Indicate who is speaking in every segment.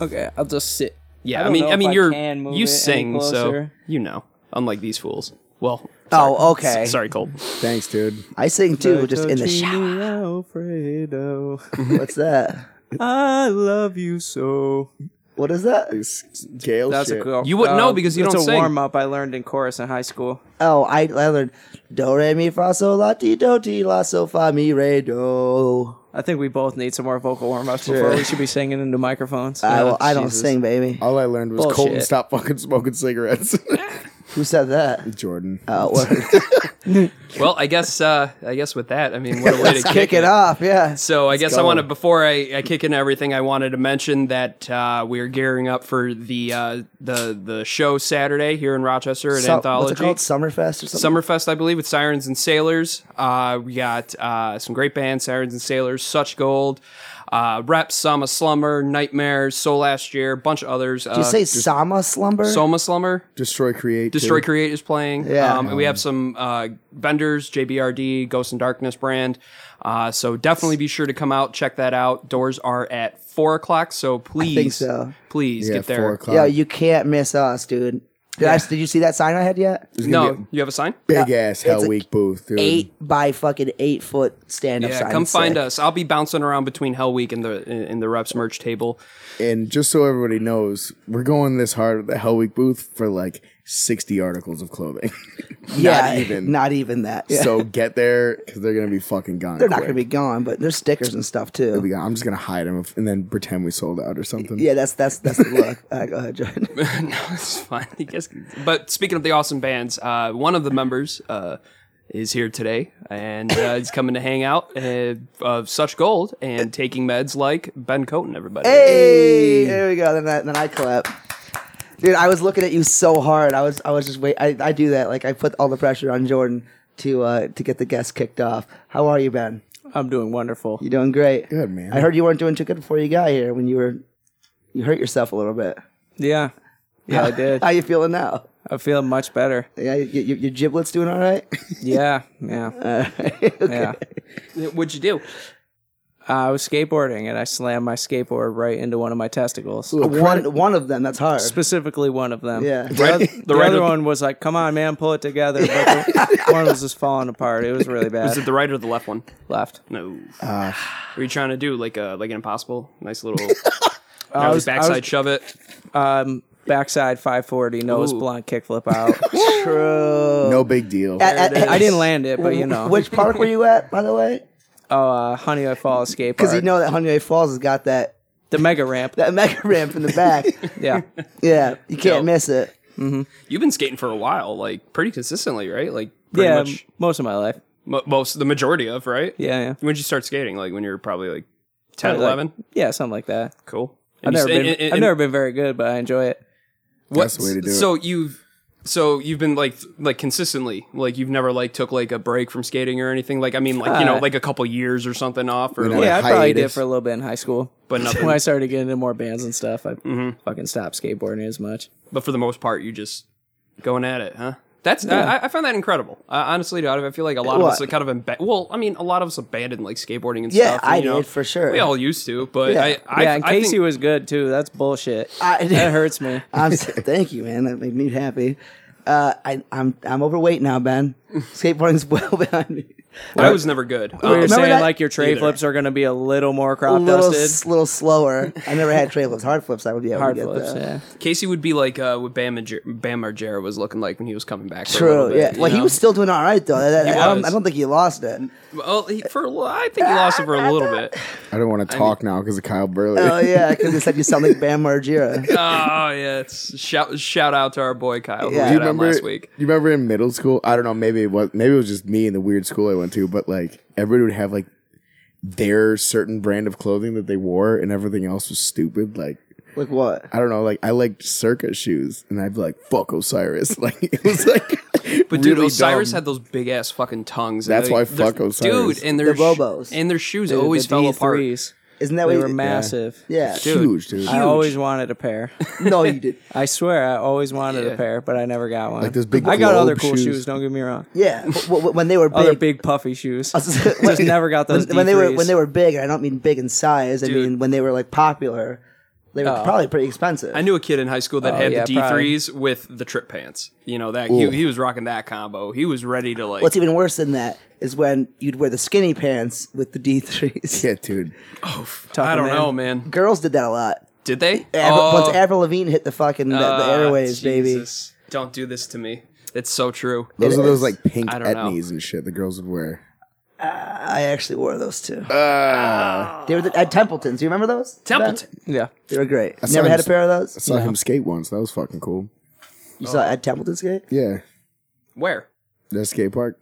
Speaker 1: Okay, I'll just sit.
Speaker 2: Yeah,
Speaker 1: I
Speaker 2: I,
Speaker 1: don't
Speaker 2: mean,
Speaker 1: know
Speaker 2: I
Speaker 1: if
Speaker 2: mean,
Speaker 1: I
Speaker 2: you're
Speaker 1: can move
Speaker 2: you
Speaker 1: it any
Speaker 2: sing, so
Speaker 1: closer.
Speaker 2: you know. Unlike these fools. Well,
Speaker 3: Oh,
Speaker 2: s-
Speaker 3: okay.
Speaker 2: sorry, Cole.
Speaker 4: Thanks, dude.
Speaker 3: I sing too, just in the shower.
Speaker 1: Alfredo,
Speaker 3: What's that?
Speaker 1: I love you so.
Speaker 3: What is that?
Speaker 4: This Gale
Speaker 1: That's
Speaker 4: shit.
Speaker 1: a cool.
Speaker 2: You wouldn't know because you
Speaker 1: it's
Speaker 2: don't
Speaker 1: a
Speaker 2: sing.
Speaker 1: warm up I learned in chorus in high school.
Speaker 3: Oh, I, I learned do re mi fa sol la ti do ti la so fa mi re do.
Speaker 1: I think we both need some more vocal warm ups before we should be singing into microphones.
Speaker 3: I,
Speaker 1: Yeah,
Speaker 3: well, I don't
Speaker 1: Jesus.
Speaker 3: sing, baby.
Speaker 4: All I learned was
Speaker 1: Bullshit.
Speaker 4: Colton stop fucking smoking cigarettes.
Speaker 3: Who said that?
Speaker 4: Jordan.
Speaker 3: Oh, word.
Speaker 2: Well, I guess uh, I guess with that, I mean, what a way to kick,
Speaker 3: kick it off, yeah.
Speaker 2: So I guess I
Speaker 4: go.
Speaker 2: want to before I, I kick into everything, I wanted to mention that uh, we are gearing up for the uh, the the show Saturday here in Rochester at
Speaker 3: So-
Speaker 2: Anthology.
Speaker 3: what's it called? Summerfest or something?
Speaker 2: Summerfest, I believe, with Sirens and Sailors. Uh, we got uh, some great bands: Sirens and Sailors, Such Gold, uh, Reps, Soma Slumber, Nightmares, Soul Last Year, a bunch of others. Uh,
Speaker 3: you say Sama Slumber?
Speaker 2: Soma Slumber?
Speaker 4: Destroy Create. too.
Speaker 2: Destroy Create is playing.
Speaker 3: Yeah.
Speaker 2: Um, and we have some uh, vendors, JBRD, Ghost and Darkness brand. Uh, so definitely be sure to come out, check that out. Doors are at four o'clock, so please,
Speaker 3: so.
Speaker 2: please
Speaker 4: Yeah,
Speaker 2: get there.
Speaker 4: four o'clock.
Speaker 3: Yo, you can't miss us, dude. Did, I, did you see that sign I had yet?
Speaker 2: Mm.
Speaker 4: There's gonna be
Speaker 2: No, you have a sign?
Speaker 4: a big ass Hell
Speaker 3: a
Speaker 4: Week booth, dude.
Speaker 3: Eight by fucking eight foot stand up
Speaker 2: Yeah,
Speaker 3: sign.
Speaker 2: come
Speaker 3: It's
Speaker 2: find
Speaker 3: sick.
Speaker 2: us. I'll be bouncing around between Hell Week and the in the Reps merch table.
Speaker 4: And just so everybody knows, we're going this hard at the Hell Week booth for like 60 articles of clothing.
Speaker 3: Yeah,
Speaker 4: not even.
Speaker 3: Not even that. Yeah.
Speaker 4: So get there because they're gonna be fucking gone.
Speaker 3: They're not going to be gone, but there's stickers and stuff too.
Speaker 4: be. I'm just gonna hide them and then pretend we sold out or something.
Speaker 3: yeah, that's that's that's the look. All right, go ahead, Jordan.
Speaker 2: no, it's fine. I guess. But speaking of the awesome bands, uh, one of the members uh, is here today, and uh, he's coming to hang out uh, of Such Gold and taking meds like Ben Coaten. Everybody,
Speaker 3: Hey, there we go. Then that, then I clap. Dude, I was looking at you so hard. I was I was just wait. I, I do that. Like I put all the pressure on Jordan to uh to get the guest kicked off. How are you, Ben?
Speaker 1: I'm doing wonderful.
Speaker 3: You doing great?
Speaker 4: Good, man.
Speaker 3: I heard you weren't doing too good before you got here. When you were you hurt yourself a little bit.
Speaker 1: Yeah, yeah, I did.
Speaker 3: How you feeling now?
Speaker 1: I feel much better.
Speaker 3: Yeah, you, you, your giblets doing all right?
Speaker 1: Yeah, yeah, yeah. Uh,
Speaker 2: what'd you do?
Speaker 1: I was skateboarding and I slammed my skateboard right into one of my testicles.
Speaker 3: one one of them. That's hard.
Speaker 1: Specifically, one of them.
Speaker 3: Yeah.
Speaker 1: The, oth- the
Speaker 2: right
Speaker 1: other
Speaker 2: of-
Speaker 1: one was like, "Come on, man, pull it together." But the one was just falling apart. It was really
Speaker 2: Is
Speaker 1: bad.
Speaker 2: it the right or the left one?
Speaker 1: Left.
Speaker 2: No.
Speaker 1: Uh,
Speaker 2: Were you trying to do like a like an impossible? Nice
Speaker 1: I
Speaker 2: little
Speaker 1: was- I was-
Speaker 2: backside shove it.
Speaker 1: Um, backside 540, nose
Speaker 2: Ooh.
Speaker 1: blunt, kickflip out.
Speaker 3: True.
Speaker 4: No big deal.
Speaker 3: At- at-
Speaker 1: I didn't land it, but you know.
Speaker 3: Which park were you at, by the way?
Speaker 1: Oh, uh, Honey, I Fall Escape
Speaker 3: Because you
Speaker 1: Park.
Speaker 3: know that Honey Falls has got that
Speaker 1: the mega ramp.
Speaker 3: that mega ramp in the back.
Speaker 1: Yeah.
Speaker 3: Yeah, you can't
Speaker 2: Dope.
Speaker 3: miss it.
Speaker 2: You've been skating for a while, like pretty consistently, right? Like pretty
Speaker 1: yeah,
Speaker 2: much
Speaker 1: most of my life.
Speaker 2: mo- most the majority of right.
Speaker 1: Yeah, yeah.
Speaker 2: When did you start skating? Like when you were probably like 10,
Speaker 1: Probably, like,
Speaker 2: 11?
Speaker 1: Yeah, something like that.
Speaker 2: Cool.
Speaker 1: I've
Speaker 2: And you
Speaker 1: never,
Speaker 2: sta-
Speaker 1: been,
Speaker 2: and- and-
Speaker 1: I've never been very good, but I enjoy it.
Speaker 4: That's the way to do
Speaker 2: so you've so you've been like like consistently like you've never like took like a break from skating or anything like I mean like you know
Speaker 1: Uh,
Speaker 2: like a couple years or something off or
Speaker 4: Yeah.
Speaker 2: like,
Speaker 1: yeah, I probably did
Speaker 4: hiatus.
Speaker 1: for a little bit in high school.
Speaker 2: But Mm-hmm. nothing.
Speaker 1: when I started getting into more bands and stuff, I fucking stopped skateboarding as much.
Speaker 2: but for the most part you just going at it huh that's I, I found that incredible uh, honestly dude, I feel like a lot of
Speaker 3: What?
Speaker 2: us are kind of imba- well I mean a lot of us abandoned like skateboarding and
Speaker 3: Yeah,
Speaker 2: stuff
Speaker 3: I
Speaker 2: you know,
Speaker 3: did, for sure.
Speaker 2: we all used to but
Speaker 3: Yeah.
Speaker 2: I, I
Speaker 1: yeah, and
Speaker 2: I
Speaker 1: Casey
Speaker 2: think,
Speaker 1: was good too. That's bullshit.
Speaker 3: I-
Speaker 1: that hurts me.
Speaker 3: I'm, s- thank you, man. That made me happy. Uh, I, I'm I'm overweight now, Ben. Skateboarding's well behind me.
Speaker 2: I was never good
Speaker 3: Oh,
Speaker 1: Where
Speaker 2: Um,
Speaker 1: you're saying
Speaker 3: that?
Speaker 1: like your tray
Speaker 2: Either.
Speaker 1: flips are going to be a little more
Speaker 3: A
Speaker 1: crop
Speaker 3: little,
Speaker 1: dusted.
Speaker 3: s- little slower. I never had tray flips, hard flips. I would be able
Speaker 1: Hard
Speaker 3: to get
Speaker 1: flips,
Speaker 3: though.
Speaker 1: yeah.
Speaker 2: Casey would be like uh, what Bam, Marger- Bam Margera was looking like when he was coming back. for a little
Speaker 3: True.
Speaker 2: bit,
Speaker 3: Yeah.
Speaker 2: you
Speaker 3: Well, he
Speaker 2: know?
Speaker 3: was still doing all right though. That- I, don't,
Speaker 2: was.
Speaker 3: I don't think he lost it.
Speaker 2: Well, he, for a li- I think he lost it for a little bit.
Speaker 4: I don't want to talk now because of Kyle Burley.
Speaker 3: Oh yeah, because they said you sound like Bam Margera.
Speaker 2: Oh yeah, it's shout shout out to our boy Kyle who
Speaker 3: Yeah.
Speaker 2: yeah.
Speaker 4: do you
Speaker 2: had on
Speaker 4: remember?
Speaker 2: last week.
Speaker 4: You remember in middle school? I don't know. Maybe it was. Maybe it was just me and the weird school I went to. But like everybody would have like their certain brand of clothing that they wore, and everything else was stupid. Like
Speaker 3: Like what?
Speaker 4: I don't know. Like I liked circa shoes, and I'd be like, "Fuck Osiris!" Like it was like,
Speaker 2: But dude,
Speaker 4: really
Speaker 2: Osiris
Speaker 4: dumb.
Speaker 2: had those big ass fucking tongues. and
Speaker 4: That's
Speaker 2: they-
Speaker 4: why
Speaker 2: they're-
Speaker 4: fuck Osiris.
Speaker 2: Dude, and their
Speaker 3: The Bobos.
Speaker 2: sh- and their shoes
Speaker 1: Dude,
Speaker 2: always
Speaker 1: the
Speaker 2: fell apart.
Speaker 1: D3s,
Speaker 3: Isn't that
Speaker 1: They
Speaker 3: what?
Speaker 1: were
Speaker 3: you-
Speaker 1: massive.
Speaker 3: yeah.
Speaker 4: huge, dude.
Speaker 1: I always wanted a pair.
Speaker 3: No, you did.
Speaker 1: I swear, I always wanted
Speaker 2: Yeah.
Speaker 1: a pair, but I never got one.
Speaker 4: Like those big
Speaker 1: I got
Speaker 4: globe
Speaker 1: other cool shoes.
Speaker 4: shoes.
Speaker 1: Don't get me wrong.
Speaker 3: Yeah. w- w- When they were big.
Speaker 1: Other Oh, big puffy shoes.
Speaker 3: just
Speaker 1: never got those
Speaker 3: when, when they were
Speaker 1: D3s.
Speaker 3: when they were big. and I don't mean big in size. I
Speaker 2: Dude.
Speaker 3: mean when they were like popular. They were probably pretty expensive.
Speaker 2: I knew a kid in high school that had
Speaker 1: yeah,
Speaker 2: the
Speaker 1: probably.
Speaker 2: D3s with the trip pants. You know that he, he was rocking that combo. He was ready to like.
Speaker 3: What's even worse than that is when you'd wear the skinny pants with the D3s.
Speaker 4: Yeah, dude.
Speaker 2: I don't
Speaker 1: man.
Speaker 2: know, man.
Speaker 3: Girls did that a lot.
Speaker 2: Did they?
Speaker 3: Avril,
Speaker 2: Oh,
Speaker 3: Once Avril Lavigne hit the fucking the, the
Speaker 2: ah,
Speaker 3: airways, baby.
Speaker 2: Jesus. Don't do this to me. It's so true.
Speaker 4: Those
Speaker 3: It
Speaker 4: are
Speaker 3: is.
Speaker 4: those like pink
Speaker 2: I don't know.
Speaker 4: etnies and shit the girls would wear.
Speaker 3: I actually wore those too.
Speaker 4: Uh,
Speaker 3: They were the, at Templeton's. Do you remember those?
Speaker 2: Templeton.
Speaker 1: Yeah.
Speaker 3: They were great.
Speaker 4: saw
Speaker 3: Never had a
Speaker 4: him-
Speaker 3: pair of
Speaker 4: I
Speaker 3: those.
Speaker 4: saw him skate once. That was fucking cool.
Speaker 3: You saw at Templeton's skate?
Speaker 4: Yeah,
Speaker 2: Where?
Speaker 4: that skate park.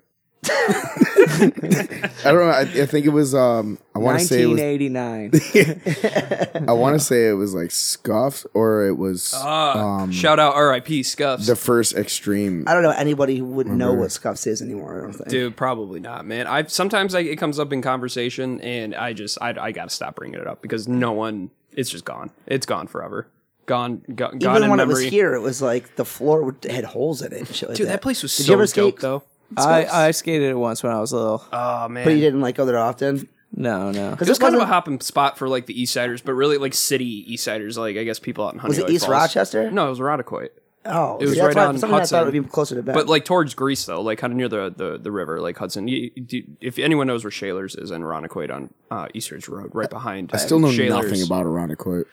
Speaker 4: I don't know. I, I think it was. Um, I want to say it was.
Speaker 1: 1989.
Speaker 4: I want to say it was like Scuffs or it was
Speaker 2: Uh, shout out R.I.P. Scuffs.
Speaker 4: the first Extreme.
Speaker 3: I don't know anybody who would know what scuffs is anymore. I don't think.
Speaker 2: Dude, probably not, man. I sometimes I, it comes up in conversation, and I just I, I gotta stop bringing it up because no one. It's just gone. It's gone forever. Gone. Go, gone
Speaker 3: Even
Speaker 2: in
Speaker 3: when it
Speaker 2: memory.
Speaker 3: was here, it was like the floor would, had holes in it. And shit like
Speaker 2: Dude,
Speaker 3: that.
Speaker 2: that place was
Speaker 3: Did
Speaker 2: so
Speaker 3: you ever skate?
Speaker 2: dope, though.
Speaker 1: I, I skated it once when I was little.
Speaker 2: Oh man,
Speaker 3: But you didn't like go there often.
Speaker 1: No, no.
Speaker 2: It was
Speaker 3: it
Speaker 2: kind of a
Speaker 3: wasn't-
Speaker 2: hopping spot for like the East Siders, but really like city East Siders, like I guess people out in
Speaker 3: Was
Speaker 2: Huntington.
Speaker 3: it East Rochester?
Speaker 2: No, it was Roddiquoit.
Speaker 3: Oh, it
Speaker 2: was right on
Speaker 3: something I thought
Speaker 2: Hudson.
Speaker 3: would be closer to Bend.
Speaker 2: But like towards Greece though, like kind of near the, the, the river, like Hudson. You, you, if anyone knows where Shaler's is and Roddiquoit on uh, East Ridge Road, right behind. um,
Speaker 4: I still know nothing about Aronicoit.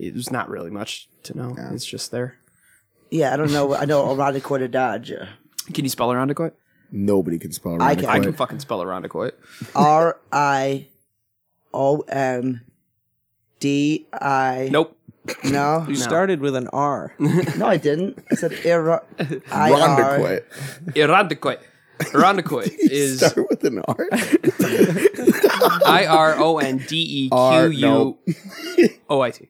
Speaker 2: There's not really much to know. It's just there.
Speaker 3: yeah, I don't know. I know around the corner Dodge.
Speaker 2: Can you spell Aronicoit?
Speaker 4: Nobody can spell
Speaker 3: I can-
Speaker 2: I can
Speaker 4: Aronicoit.
Speaker 2: fucking spell Aronicoit.
Speaker 3: R I O N D I.
Speaker 2: Nope.
Speaker 3: No,
Speaker 1: You started with an R.
Speaker 3: no, I didn't. I said era. I R.
Speaker 4: Rondequit.
Speaker 2: Aronicoit. Aronicoit is
Speaker 4: Start with an R.
Speaker 2: I R O N D E Q
Speaker 4: R-
Speaker 2: U
Speaker 4: no.
Speaker 2: O I T.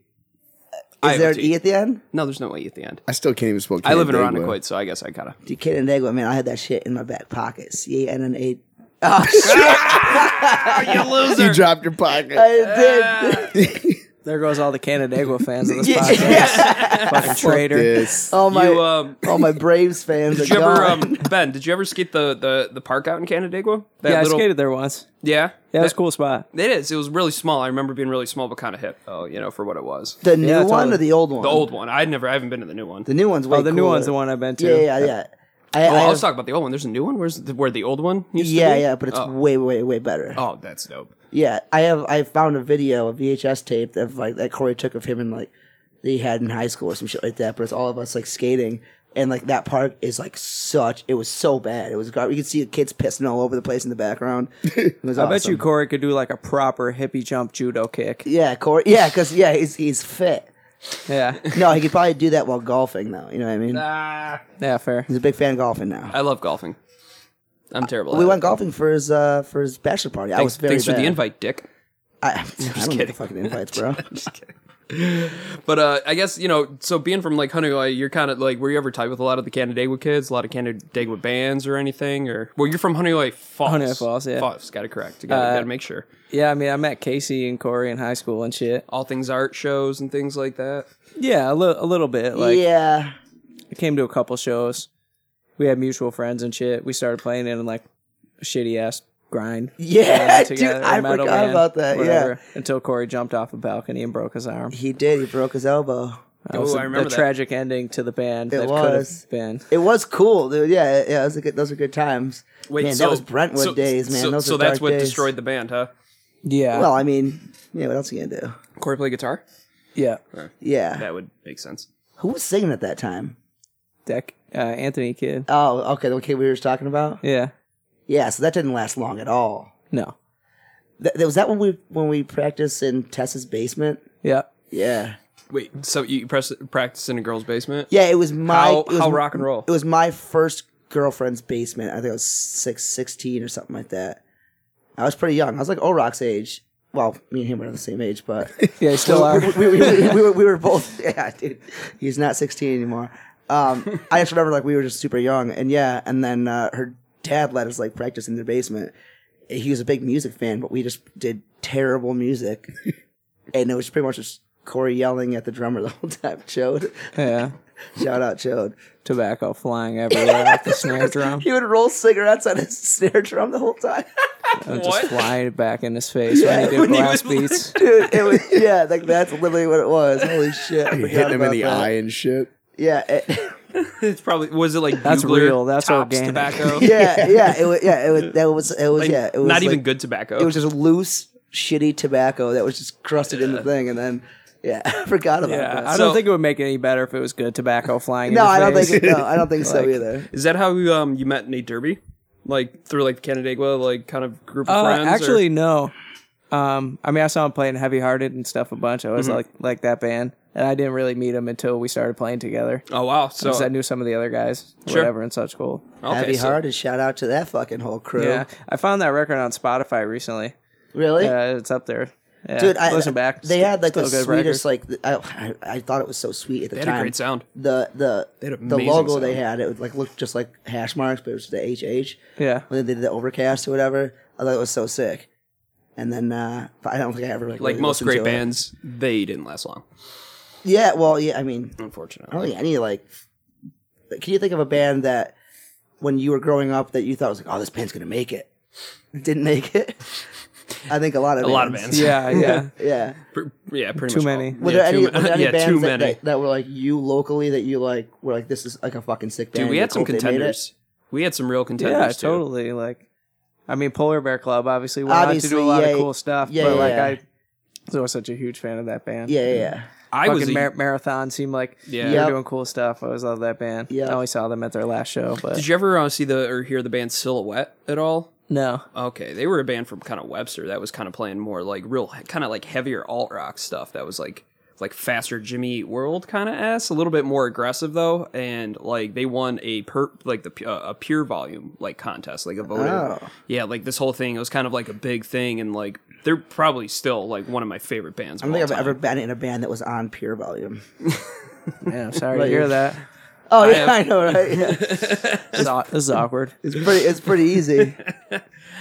Speaker 3: Is there an E at the end?
Speaker 2: No, there's no way at the end.
Speaker 4: I still can't even spell.
Speaker 2: I live in
Speaker 4: Canandaigua.
Speaker 2: Aronicoit, so I guess I gotta.
Speaker 3: Dude, Canandaigua, man, I had that shit in my back pocket. C A N N A. Oh
Speaker 2: you
Speaker 3: shit!
Speaker 4: You
Speaker 2: loser?
Speaker 4: dropped your pocket.
Speaker 3: I did.
Speaker 1: There goes all the Canandaigua fans of this
Speaker 3: Yeah.
Speaker 1: podcast. Fucking traitor.
Speaker 4: Yes.
Speaker 3: All my
Speaker 2: You, um,
Speaker 3: all my Braves fans are
Speaker 2: did you ever,
Speaker 3: gone.
Speaker 2: um, Ben? Did you ever skate the the, the park out in Canandaigua? That
Speaker 1: Yeah, I skated there once.
Speaker 2: Yeah,
Speaker 1: Yeah, it was a cool spot.
Speaker 2: It is. It was really small. I remember being really small, but kind of hip. Oh, you know, for what it was.
Speaker 3: the new one
Speaker 1: totally.
Speaker 3: or the old one?
Speaker 2: The old one. I never. I haven't been to the new one.
Speaker 3: The new one's way
Speaker 1: Oh, the new
Speaker 3: cooler.
Speaker 1: one's the one I've been to.
Speaker 3: Yeah, yeah, yeah. I,
Speaker 2: Oh,
Speaker 3: I
Speaker 2: I
Speaker 3: have-
Speaker 2: was talking about the old one. There's a new one. Where's the, where the old one used to
Speaker 3: yeah,
Speaker 2: be?
Speaker 3: yeah, but it's way, way, way better.
Speaker 2: Oh, that's dope.
Speaker 3: Yeah, I have. I found a video, a VHS tape of like that Corey took of him and like that he had in high school or some shit like that. But it's all of us like skating, and like that park is like such. It was so bad. It was garbage. You could see the kids pissing all over the place in the background. It was
Speaker 1: I bet you Corey could do like a proper hippie jump judo kick.
Speaker 3: Yeah, Corey. Yeah, because yeah, he's he's fit.
Speaker 1: Yeah.
Speaker 3: No, he could probably do that while golfing though. You know what I mean?
Speaker 2: Ah,
Speaker 1: Yeah, fair.
Speaker 3: He's a big fan of golfing now.
Speaker 2: I love golfing. I'm terrible.
Speaker 3: we
Speaker 2: at
Speaker 3: went
Speaker 2: it.
Speaker 3: golfing for his uh for his bachelor party. I was
Speaker 2: Thanks,
Speaker 3: very
Speaker 2: thanks for the
Speaker 3: bad.
Speaker 2: invite, Dick.
Speaker 3: I, I don't get the
Speaker 2: kidding.
Speaker 3: fucking invites, bro.
Speaker 2: But uh, I guess you know. So being from like Huntington, you're kind of like, were you ever tied with a lot of the Canandaigua kids, a lot of Canandaigua bands or anything? Or well, you're from Huntington Falls.
Speaker 1: Huntington Falls, yeah.
Speaker 2: Falls, got it correct. You gotta,
Speaker 3: Uh,
Speaker 2: gotta make sure.
Speaker 1: Yeah, I mean, I met Casey and Corey in high school and shit.
Speaker 2: All things art shows and things like that.
Speaker 1: Yeah, a, li- a little bit. Like,
Speaker 3: yeah,
Speaker 1: I came to a couple shows. We had mutual friends and shit. We started playing in like shitty ass grind.
Speaker 3: yeah,
Speaker 1: band
Speaker 3: dude.
Speaker 1: together,
Speaker 3: I
Speaker 1: metal
Speaker 3: forgot
Speaker 1: band,
Speaker 3: about that. Yeah,
Speaker 1: whatever, until Corey jumped off a balcony and broke his arm.
Speaker 3: he did. He broke his elbow.
Speaker 1: That was
Speaker 2: Ooh,
Speaker 1: a,
Speaker 2: I remember
Speaker 1: a
Speaker 2: that.
Speaker 1: tragic ending to the band. that
Speaker 3: was.
Speaker 1: could have been.
Speaker 3: It was cool, dude. Yeah, yeah. It was a good, those were good times.
Speaker 2: Wait,
Speaker 3: man,
Speaker 2: so,
Speaker 3: that was Brentwood
Speaker 2: so-
Speaker 3: days, man.
Speaker 2: So,
Speaker 3: those
Speaker 2: so
Speaker 3: were
Speaker 2: that's
Speaker 3: dark
Speaker 2: what
Speaker 3: days.
Speaker 2: destroyed the band, huh?
Speaker 1: Yeah,
Speaker 3: Well, I mean, yeah. What else are you gonna do?
Speaker 2: Corey play guitar.
Speaker 1: yeah.
Speaker 3: Yeah.
Speaker 2: That would make sense.
Speaker 3: Who was singing at that time?
Speaker 1: Deck uh, Anthony Kidd.
Speaker 3: Oh, okay. The kid we were just talking about.
Speaker 1: Yeah,
Speaker 3: Yeah. So that didn't last long at all.
Speaker 1: no,
Speaker 3: Th- was that when we when we practiced in Tessa's basement?
Speaker 1: yeah.
Speaker 3: Yeah.
Speaker 2: Wait, so you press, practice in a girl's basement?
Speaker 3: Yeah, it was my
Speaker 2: How-
Speaker 3: it was,
Speaker 2: how rock and roll?
Speaker 3: It was my first girlfriend's basement. I think I was six, 16 or something like that. I was pretty young. I was like Orok's age. Well, me and him were the same age, but
Speaker 1: Yeah, you still are.
Speaker 3: we, we, we, we, were, we were both. Yeah, dude, he's not sixteen anymore. Um, I just remember like we were just super young, and yeah, and then uh, her dad let us like practice in their basement. He was a big music fan, but we just did terrible music, and it was pretty much just Corey yelling at the drummer the whole time. Chode,
Speaker 1: Yeah,
Speaker 3: shout out Chode.
Speaker 1: tobacco flying everywhere off the snare drum.
Speaker 3: He would roll cigarettes on his snare drum the whole time.
Speaker 1: I'm just flying it back in his face when he did blast beats.
Speaker 3: Dude, it was yeah, like that's literally what it was. Holy shit! I
Speaker 4: You
Speaker 3: forgot
Speaker 4: hit him in
Speaker 3: about
Speaker 4: the
Speaker 3: that.
Speaker 4: eye and shit.
Speaker 3: Yeah, it,
Speaker 2: It's probably was it like
Speaker 1: That's
Speaker 2: Bugler,
Speaker 1: real, that's
Speaker 2: Tops
Speaker 1: organic.
Speaker 2: tobacco.
Speaker 3: yeah, yeah. It was yeah. It was that was it was
Speaker 2: Like,
Speaker 3: yeah. It was
Speaker 2: not even
Speaker 3: like-
Speaker 2: good tobacco.
Speaker 3: It was just loose, shitty tobacco that was just crusted in the thing, and then yeah, I forgot about
Speaker 2: Yeah,
Speaker 3: that.
Speaker 1: I
Speaker 2: So-
Speaker 1: don't think it would make it any better if it was good tobacco flying.
Speaker 3: No,
Speaker 1: in his
Speaker 3: I don't
Speaker 1: face.
Speaker 3: think no, I don't think so either.
Speaker 2: Is that how you, um you met Nate Derby? Like through like the Canandaigua like kind of group of
Speaker 1: Uh,
Speaker 2: friends? or-
Speaker 1: actually, no. Um, I mean, I saw him playing Heavy Hearted and stuff a bunch. I was
Speaker 2: Mm-hmm.
Speaker 1: like, like that band, and I didn't really meet him until we started playing together
Speaker 2: oh wow, so
Speaker 1: because I knew some of the other guys,
Speaker 2: Sure. Oh.
Speaker 1: whatever, and such cool.
Speaker 2: okay,
Speaker 3: Happy
Speaker 2: so-
Speaker 3: hearted shout out to that fucking whole crew.
Speaker 1: Yeah, I found that record on Spotify recently.
Speaker 3: Really?
Speaker 1: Yeah, it's up there. Yeah,
Speaker 3: Dude, I
Speaker 1: listen back.
Speaker 3: They
Speaker 1: St-
Speaker 3: had like the
Speaker 1: still a good
Speaker 3: sweetest,
Speaker 1: record.
Speaker 3: like the- I, I, I thought it was so sweet at the
Speaker 2: They had a
Speaker 3: time.
Speaker 2: great sound.
Speaker 3: The the
Speaker 2: had
Speaker 3: the
Speaker 2: amazing
Speaker 3: logo they
Speaker 2: sound.
Speaker 3: had it would, like looked just like hash marks, but it was the HH.
Speaker 1: Yeah.
Speaker 3: When they did the overcast or whatever, I thought it was so sick. And then uh, but I don't think I ever like,
Speaker 2: like
Speaker 3: really
Speaker 2: most
Speaker 3: listened
Speaker 2: great
Speaker 3: to it.
Speaker 2: bands, they didn't last long,
Speaker 3: Yeah, well, yeah. I mean, I
Speaker 2: unfortunately.
Speaker 3: don't think any like. Can you think of a band that when you were growing up that you thought was like, oh, this band's gonna make it, It didn't make it? I think a lot of
Speaker 2: A lot of bands.
Speaker 1: yeah, yeah.
Speaker 3: Yeah.
Speaker 2: Pr- yeah, pretty
Speaker 1: Too
Speaker 2: much all.
Speaker 1: many.
Speaker 3: Were
Speaker 2: yeah,
Speaker 3: there any,
Speaker 2: too
Speaker 3: were
Speaker 2: ma-
Speaker 3: there any
Speaker 2: yeah, too
Speaker 3: bands that,
Speaker 2: many.
Speaker 3: that, that were like you locally that you like were like this is like a fucking sick band?
Speaker 2: Dude, we
Speaker 3: You're
Speaker 2: had some
Speaker 3: cool if they made it?
Speaker 2: contenders. We had some real contenders.
Speaker 1: yeah,
Speaker 2: too.
Speaker 1: totally. Like, I mean, Polar Bear Club obviously went on to
Speaker 3: Obviously,
Speaker 1: do a lot
Speaker 3: yeah,
Speaker 1: of cool stuff,
Speaker 3: yeah,
Speaker 1: but
Speaker 3: yeah,
Speaker 1: like
Speaker 3: yeah.
Speaker 1: I, I was such a huge fan of that band.
Speaker 3: Yeah, yeah, yeah.
Speaker 2: I
Speaker 1: Fucking
Speaker 2: was a,
Speaker 1: mar- marathon seemed like
Speaker 2: Yeah.
Speaker 1: they
Speaker 3: Yep.
Speaker 1: were doing cool stuff. I always loved that band.
Speaker 3: Yep.
Speaker 1: I only saw them at their last show, but
Speaker 2: Did you ever uh, see the or hear the band Silhouette at all?
Speaker 1: no,
Speaker 2: Okay, they were a band from kind of Webster that was kind of playing more like real, kind of like heavier alt rock stuff. That was like like faster Jimmy Eat World kind of ass, a little bit more aggressive though, and like they won a per like the pu- uh, a pure volume like contest, like a voting.
Speaker 3: Oh.
Speaker 2: Yeah, like this whole thing it was kind of like a big thing, and like they're probably still like one of my favorite bands.
Speaker 3: I
Speaker 2: of
Speaker 3: don't think
Speaker 2: all
Speaker 3: I've
Speaker 2: time.
Speaker 3: ever been in a band that was on pure volume.
Speaker 1: yeah, I'm sorry to
Speaker 3: Right.
Speaker 1: hear that.
Speaker 3: Oh yeah,
Speaker 2: have-
Speaker 3: I know, right? Yeah.
Speaker 1: This is, aw- this is awkward.
Speaker 3: It's pretty. It's pretty easy.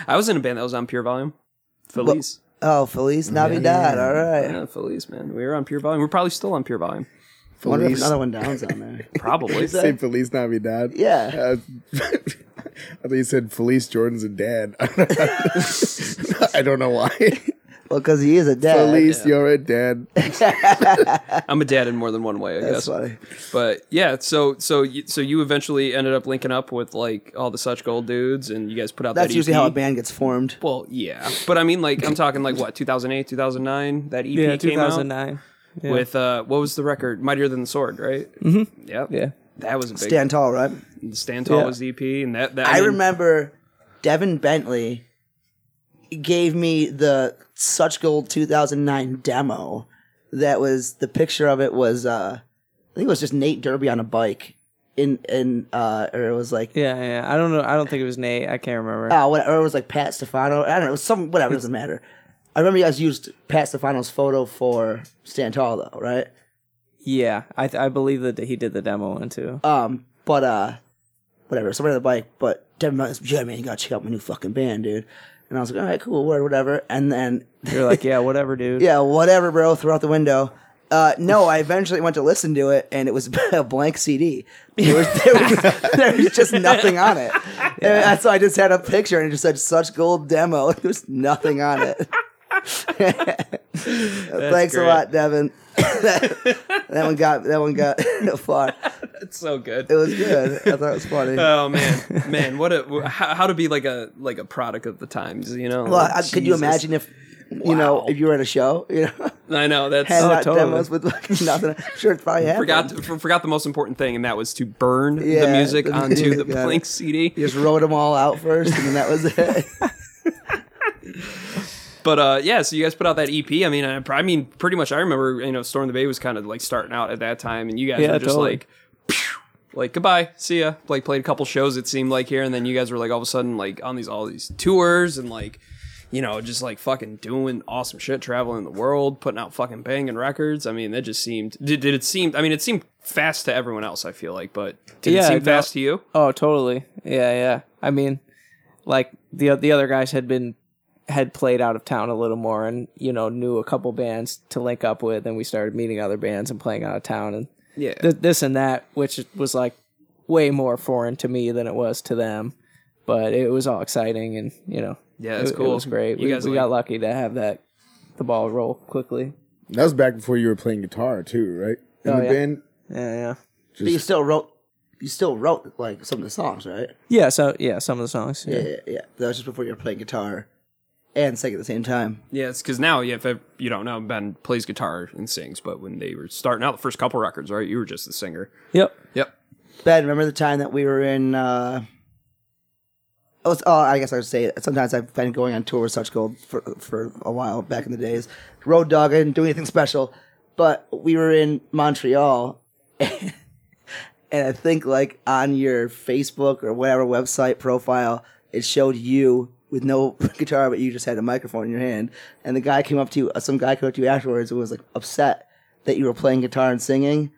Speaker 2: I was in a band that was on pure volume. Feliz,
Speaker 3: Oh, Feliz Navidad. All right.
Speaker 2: yeah, Feliz, man. We were on pure volume. We're probably still on pure volume.
Speaker 3: I wonder if
Speaker 4: Feliz,
Speaker 3: another one down's on there.
Speaker 2: Probably.
Speaker 4: say Feliz Navidad. Uh,
Speaker 3: Yeah.
Speaker 4: I thought you said Felice Jordan's a dad. I don't know why.
Speaker 3: Well, because he is a dad.
Speaker 4: Felice, you're a dad.
Speaker 2: I'm a dad in more than one way, I
Speaker 3: That's
Speaker 2: guess.
Speaker 3: funny.
Speaker 2: But yeah, so so you, so you eventually ended up linking up with like all the such gold dudes, and you guys put out.
Speaker 3: That's
Speaker 2: that
Speaker 3: usually
Speaker 2: EP.
Speaker 3: how a band gets formed.
Speaker 2: Well, yeah, but I mean, like I'm talking like what 2008, 2009. That EP
Speaker 1: Yeah,
Speaker 2: came out
Speaker 1: 2009. Yeah.
Speaker 2: with uh, what was the record? Mightier than the Sword, right? Mm-hmm. Yep.
Speaker 1: Yeah.
Speaker 2: That was a big. Stand,
Speaker 3: Stand tall, right?
Speaker 2: Tall
Speaker 1: Yeah.
Speaker 2: was the EP, and that that
Speaker 3: I
Speaker 2: mean,
Speaker 3: remember Devin Bentley gave me the Such Gold 2009 demo. That was the picture of it was uh I think it was just Nate Derby on a bike in in uh or it was like
Speaker 1: yeah, yeah. I don't know. I don't think it was Nate. I can't remember.
Speaker 3: Oh, what, or it was like Pat Stefano. I don't know. It was some whatever. It doesn't matter. I remember you guys used Pat Stefano's photo for Stand Tall, though, right?
Speaker 1: yeah, I th- I believe that he did the demo one too.
Speaker 3: Um, but uh, whatever. Somebody on the bike, but Devin Martin's, yeah, man, you gotta check out my new fucking band, dude. And I was like, all right, cool, word, whatever. And then,
Speaker 1: You're like, yeah, whatever, dude.
Speaker 3: yeah, whatever, bro. Throw out the window. Uh, no, I eventually went to listen to it, and it was a blank CD. There was, there was, there was just nothing on it. And so I just had a picture, and it just said "Such Gold Demo." There was nothing on it. Thanks
Speaker 2: great.
Speaker 3: a lot, Devin. that, that one got that one got far.
Speaker 2: it's so good.
Speaker 3: It was good. I thought it was funny.
Speaker 2: Oh man, man, what a how, how to be like a like a product of the times, you know?
Speaker 3: well,
Speaker 2: Like,
Speaker 3: I, could you
Speaker 2: Jesus.
Speaker 3: imagine if you know
Speaker 2: Wow.
Speaker 3: if you were at a show, you know,
Speaker 2: I know that's
Speaker 3: handing out
Speaker 1: totally.
Speaker 3: demos with like, nothing? I'm sure, it probably happened.
Speaker 2: forgot to, for, forgot the most important thing, and that was to burn the
Speaker 3: Yeah,
Speaker 2: music
Speaker 3: the
Speaker 2: onto
Speaker 3: music,
Speaker 2: the
Speaker 3: got
Speaker 2: blank
Speaker 3: it.
Speaker 2: CD.
Speaker 3: You just wrote them all out first, and then that was it.
Speaker 2: But uh, yeah, so you guys put out that EP. I mean, I, I mean, pretty much. I remember you know Storm the Bay was kind of like starting out at that time, and you guys
Speaker 1: Yeah,
Speaker 2: were just
Speaker 1: totally.
Speaker 2: like. phew, Like goodbye, see ya. Like played a couple shows it seemed like here, and then you guys were like all of a sudden like on these all these tours and like, you know, just like fucking doing awesome shit, traveling the world, putting out fucking banging records. I mean, that just seemed did, did it seem? I mean, it seemed fast to everyone else. I feel like, but did it
Speaker 1: Yeah,
Speaker 2: seem
Speaker 1: no.
Speaker 2: fast to you?
Speaker 1: Oh, totally. Yeah, yeah. I mean, like the o- the other guys had been had played out of town a little more, and you know knew a couple bands to link up with, and we started meeting other bands and playing out of town and
Speaker 2: Yeah,
Speaker 1: th- this and that, which was like way more foreign to me than it was to them. But it was all exciting, and you know,
Speaker 2: Yeah, that's
Speaker 1: it, It
Speaker 2: cool.
Speaker 1: was great.
Speaker 2: You
Speaker 1: we
Speaker 2: guys
Speaker 1: we
Speaker 2: like-
Speaker 1: got lucky to have that the ball roll quickly.
Speaker 4: That was back before you were playing guitar too, right? In
Speaker 1: Oh,
Speaker 4: the
Speaker 1: yeah.
Speaker 4: band.
Speaker 1: Yeah, yeah,
Speaker 3: But you still wrote, you still wrote like some of the songs, right?
Speaker 1: yeah. So yeah, some of the songs.
Speaker 3: Yeah, yeah, yeah. That was just before you were playing guitar and singing at the same time.
Speaker 2: Yeah, it's because now, yeah, if ev- you don't know, Ben plays guitar and sings, but when they were starting out, the first couple records, right, you were just the singer.
Speaker 1: Yep.
Speaker 2: Yep.
Speaker 3: Ben, remember the time that we were in? uh Oh, it's- oh, I guess I would say it. sometimes I've been going on tour with Such Gold for for a while back in the days. Road Dog, I didn't do anything special, but we were in Montreal, and I think like on your Facebook or whatever website profile, it showed you with no guitar, but you just had a microphone in your hand, and the guy came up to you, uh, some guy came up to you afterwards and was like upset that you were playing guitar and singing.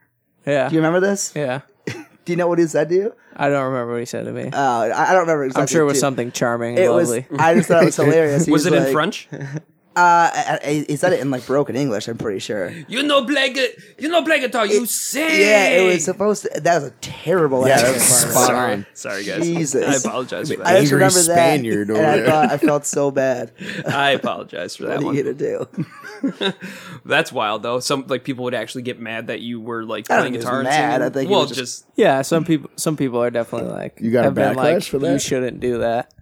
Speaker 1: Yeah.
Speaker 3: Do you remember this?
Speaker 1: yeah.
Speaker 3: Do you know what he said to you?
Speaker 1: I don't remember what he said to me.
Speaker 3: Oh, I I don't remember exactly.
Speaker 1: I'm sure it was
Speaker 3: too.
Speaker 1: something charming and
Speaker 3: It was.
Speaker 1: lovely.
Speaker 3: I just thought it was hilarious. He
Speaker 2: Was it in
Speaker 3: like-
Speaker 2: French?
Speaker 3: Uh, I, I- he said it in like broken English. I'm pretty sure.
Speaker 2: you know play gu- you know play guitar, you sing.
Speaker 3: Yeah, it was supposed. to... That was a terrible.
Speaker 4: Yeah,
Speaker 3: accent
Speaker 4: that was
Speaker 3: part of
Speaker 4: spot
Speaker 3: it.
Speaker 4: on.
Speaker 2: Sorry, sorry guys.
Speaker 3: Jesus.
Speaker 2: I apologize for
Speaker 3: I
Speaker 2: that.
Speaker 3: just
Speaker 4: Angry
Speaker 3: remember that,
Speaker 4: Spaniard
Speaker 3: and
Speaker 4: over
Speaker 3: I
Speaker 4: there.
Speaker 3: thought I felt so bad.
Speaker 2: I apologize for that
Speaker 3: What are
Speaker 2: one.
Speaker 3: you gonna do?
Speaker 2: That's wild though. Some like people would actually get mad that you were like
Speaker 3: I don't
Speaker 2: playing
Speaker 3: think he was
Speaker 2: guitar. and
Speaker 3: mad.
Speaker 2: singing.
Speaker 3: I think he
Speaker 2: well,
Speaker 3: was
Speaker 2: just,
Speaker 3: just-
Speaker 1: Yeah, some people some people are definitely like
Speaker 4: You got a
Speaker 1: have been
Speaker 4: backlash
Speaker 1: like
Speaker 4: for that?
Speaker 1: you shouldn't do that.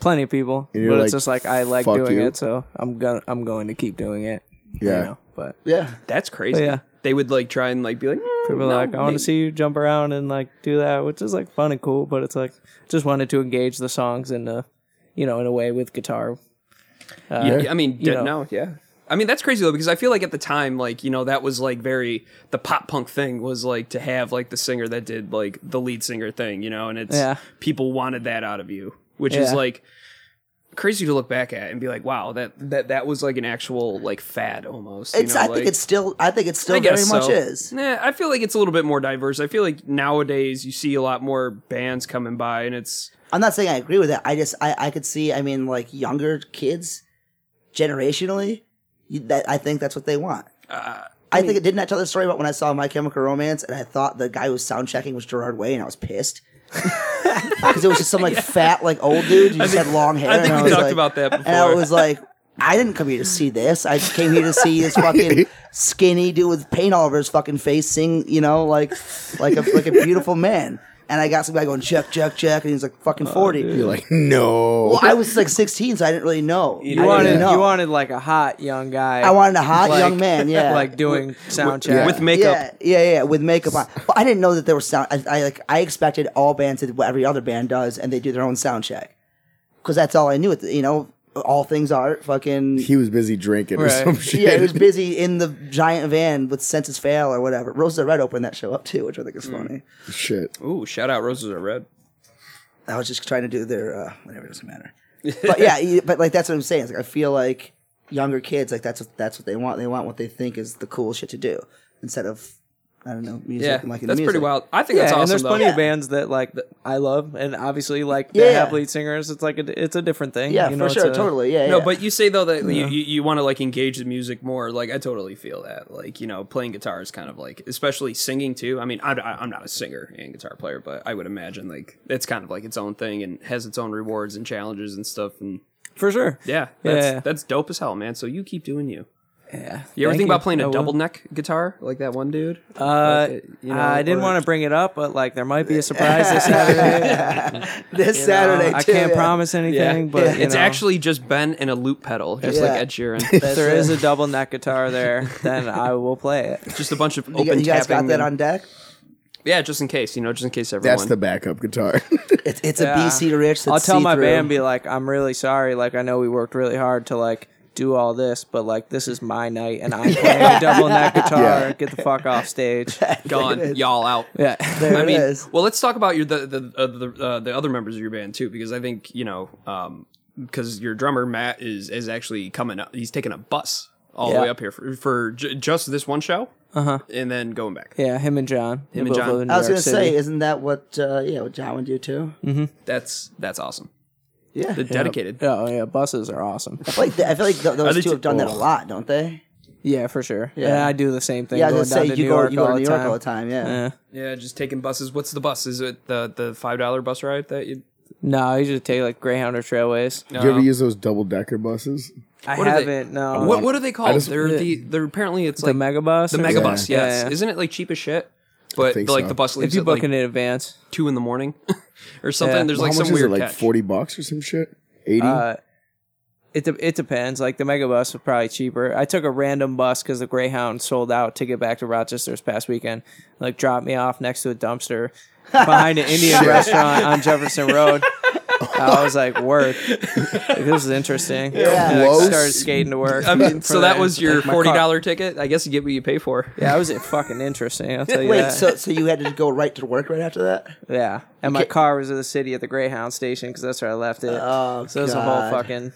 Speaker 1: Plenty of people, but
Speaker 4: And you're
Speaker 1: it's
Speaker 4: like,
Speaker 1: just like I like
Speaker 4: "Fuck
Speaker 1: doing
Speaker 4: you."
Speaker 1: it, so I'm gonna I'm going to keep doing it. you
Speaker 4: Yeah.
Speaker 1: know, but
Speaker 3: Oh, yeah,
Speaker 2: that's crazy.
Speaker 1: But yeah.
Speaker 2: they would like try and like be like "Mm,
Speaker 1: people are
Speaker 2: no,
Speaker 1: like I want
Speaker 2: maybe."
Speaker 1: to see you jump around and like do that, which is like fun and cool, but it's like just wanted to engage the songs in a you know in a way with guitar. Uh,
Speaker 2: Yeah, I mean,
Speaker 1: you
Speaker 2: did-
Speaker 1: know.
Speaker 2: no, yeah. I mean, that's crazy though, because I feel like at the time, like, you know, that was like very, the pop punk thing was like to have like the singer that did like the lead singer thing, you know, and it's
Speaker 1: Yeah.
Speaker 2: people wanted that out of you, which is
Speaker 1: Yeah.
Speaker 2: like crazy to look back at and be like, wow, that, that, that was like an actual like fad almost. you
Speaker 3: it's.
Speaker 2: know,
Speaker 3: I
Speaker 2: like-
Speaker 3: think it's still. I think it's still very much is.
Speaker 2: Nah, I feel like it's a little bit more diverse. I feel like nowadays you see a lot more bands coming by and it's,
Speaker 3: I'm not saying I agree with that. I just I, I could see. I mean, like younger kids, generationally, you, that I think that's what they want.
Speaker 2: Uh,
Speaker 3: I, think it didn't I tell the story about when I saw My Chemical Romance and I thought the guy who was sound checking was Gerard Way and I was pissed because it was just some like fat like old dude who just had long hair.
Speaker 2: I think
Speaker 3: and
Speaker 2: we
Speaker 3: was
Speaker 2: talked
Speaker 3: like-
Speaker 2: about that
Speaker 3: And I
Speaker 2: before.
Speaker 3: was like. I didn't come here to see this. I just came here to see this fucking skinny dude with paint all over his fucking face sing, you know, like like a like a beautiful man. And I got some guy going check, check, check, and he's like fucking
Speaker 1: Oh,
Speaker 3: forty.
Speaker 4: You're like, no.
Speaker 3: Well, I was like 16, so I didn't really know.
Speaker 1: You
Speaker 3: I
Speaker 1: wanted
Speaker 3: didn't know.
Speaker 1: you wanted like a hot young guy.
Speaker 3: I wanted a hot
Speaker 1: like-
Speaker 3: young man, yeah,
Speaker 1: like doing sound check
Speaker 2: with makeup.
Speaker 3: yeah, yeah, yeah, with makeup on. But I didn't know that there was sound. I, I like I expected all bands did what every other band does, and they do their own sound check because that's all I knew. It you know, all things art. Fucking
Speaker 4: he was busy drinking or
Speaker 1: Right.
Speaker 4: some shit.
Speaker 3: yeah, he was busy in the giant van with Census Fail or whatever. Roses Red opened that show up too, which I think is
Speaker 1: Hmm.
Speaker 3: funny.
Speaker 4: shit.
Speaker 2: ooh, shout out Roses Are Red.
Speaker 3: I was just trying to do their uh, whatever. It doesn't matter. but yeah, you- but like that's what I'm saying. It's like I feel like younger kids, like that's what that's what they want. They want what they think is the cool shit to do instead of I don't know music.
Speaker 2: Yeah,
Speaker 3: and liking the
Speaker 2: that's pretty
Speaker 3: music.
Speaker 2: wild. I think
Speaker 1: yeah,
Speaker 2: that's awesome.
Speaker 1: and there's
Speaker 2: though.
Speaker 1: plenty of bands that like th- I love, and obviously like they
Speaker 3: Yeah.
Speaker 1: have lead singers. It's like a, it's a different thing.
Speaker 3: Yeah,
Speaker 1: you know,
Speaker 3: for
Speaker 1: it's
Speaker 3: sure,
Speaker 1: a-
Speaker 3: totally. Yeah,
Speaker 2: No,
Speaker 3: yeah.
Speaker 2: but you say though that you, you, you want to like engage the music more. Like I totally feel that. Like you know, playing guitar is kind of like, especially singing too. I mean, I'm, I'm not a singer and guitar player, but I would imagine like it's kind of like its own thing and has its own rewards and challenges and stuff. And
Speaker 1: for sure.
Speaker 2: yeah, that's
Speaker 1: Yeah.
Speaker 2: that's dope as hell, man. So you keep doing you.
Speaker 1: yeah.
Speaker 2: You ever
Speaker 1: Thank
Speaker 2: think about playing
Speaker 1: I
Speaker 2: a
Speaker 1: will.
Speaker 2: double neck guitar like that one dude?
Speaker 1: Uh,
Speaker 2: Like, you know,
Speaker 1: I didn't
Speaker 2: or-
Speaker 1: want to bring it up, but like there might be a surprise this Saturday. Uh,
Speaker 3: this Saturday,
Speaker 1: I
Speaker 3: too,
Speaker 1: can't
Speaker 3: yeah.
Speaker 1: promise anything, but you
Speaker 2: It's
Speaker 1: know,
Speaker 2: actually just Ben and a loop pedal, just
Speaker 3: Yeah.
Speaker 2: like Ed Sheeran.
Speaker 1: if there is a double neck guitar there, then I will play it.
Speaker 2: just a bunch of
Speaker 3: You,
Speaker 2: open
Speaker 3: got- you guys got
Speaker 2: tapping
Speaker 3: that
Speaker 2: and-
Speaker 3: on deck?
Speaker 2: Yeah, just in case, you know, just in case everyone.
Speaker 4: That's the backup guitar.
Speaker 3: It's it's
Speaker 1: Yeah.
Speaker 3: a BC rich. That's
Speaker 1: I'll tell my
Speaker 3: see-through.
Speaker 1: band, be like, I'm really sorry. Like I know we worked really hard to like do all this, but like this is my night, and I'm playing a double neck guitar.
Speaker 4: Yeah.
Speaker 1: Get the fuck off stage.
Speaker 2: gone, y'all out.
Speaker 1: Yeah.
Speaker 3: There
Speaker 2: I
Speaker 3: it
Speaker 2: mean,
Speaker 3: is.
Speaker 2: well, let's talk about your the the uh, the, uh, the other members of your band too, because I think you know, because your drummer Matt is is actually coming up. He's taking a bus all the
Speaker 1: Yeah.
Speaker 2: way up here for, for j- just this one show, uh-huh. and then going back.
Speaker 1: Yeah, him and John. They
Speaker 2: and
Speaker 1: both
Speaker 2: John.
Speaker 1: live in New
Speaker 3: I was
Speaker 1: York
Speaker 3: gonna say,
Speaker 1: City.
Speaker 3: isn't that what uh, yeah what John would do too?
Speaker 2: That's that's awesome.
Speaker 3: Yeah,
Speaker 2: The dedicated.
Speaker 1: Oh yeah, buses are awesome.
Speaker 3: like I feel like th- those
Speaker 2: think
Speaker 3: two have done that a
Speaker 2: you-
Speaker 3: lot, don't they?
Speaker 1: Yeah, for sure. Yeah,
Speaker 3: Yeah.
Speaker 1: and I do the same thing.
Speaker 3: Yeah, I
Speaker 1: going
Speaker 3: was gonna
Speaker 1: down
Speaker 3: say
Speaker 1: to
Speaker 3: you
Speaker 1: New
Speaker 3: go
Speaker 1: York
Speaker 3: you go to
Speaker 1: all
Speaker 3: New
Speaker 1: the
Speaker 3: York
Speaker 1: time.
Speaker 3: all the time. Yeah,
Speaker 1: Yeah.
Speaker 2: Yeah, just taking buses. What's the bus? Is it the the five dollar bus ride that you
Speaker 1: No, you should take like Greyhound or Trailways.
Speaker 4: Did you ever use those double decker buses?
Speaker 1: I
Speaker 2: What are they-
Speaker 1: haven't. No,
Speaker 2: What, what are they called?
Speaker 4: just-
Speaker 2: they're the they're apparently it's
Speaker 1: Um, the
Speaker 2: like
Speaker 1: megabus. or
Speaker 2: the megabus. Yes,
Speaker 1: something? Yeah, yeah.
Speaker 2: isn't it like cheap as shit? But
Speaker 4: think
Speaker 2: like
Speaker 4: so.
Speaker 2: the bus leaves
Speaker 1: If you
Speaker 2: at
Speaker 1: book
Speaker 2: like
Speaker 1: it in advance,
Speaker 2: two in the morning or something.
Speaker 1: Yeah.
Speaker 2: There's
Speaker 4: Well,
Speaker 2: like
Speaker 4: how much
Speaker 2: some
Speaker 4: is
Speaker 2: weird
Speaker 4: it? Like
Speaker 2: catch.
Speaker 4: forty bucks or some shit? Eighty.
Speaker 1: uh, it de- it depends. Like the megabus was probably cheaper. I took a random bus because the Greyhound sold out to get back to Rochester this past weekend. Like dropped me off next to a dumpster behind an Indian restaurant on Jefferson Road. I was like, "Worth." This is interesting. And I
Speaker 4: Close.
Speaker 1: started skating to work.
Speaker 2: I mean, so
Speaker 1: for
Speaker 2: that
Speaker 1: the-
Speaker 2: was your
Speaker 1: my car.
Speaker 2: forty dollar ticket. I guess you get what you pay for.
Speaker 1: Yeah, it was fucking interesting. I'll tell you
Speaker 3: Wait,
Speaker 1: that.
Speaker 3: so so you had to go right to work right after that?
Speaker 1: Yeah, and my car was in the city at the Greyhound station because that's where I left it.
Speaker 3: Oh,
Speaker 1: so it was a whole
Speaker 3: God.
Speaker 1: fucking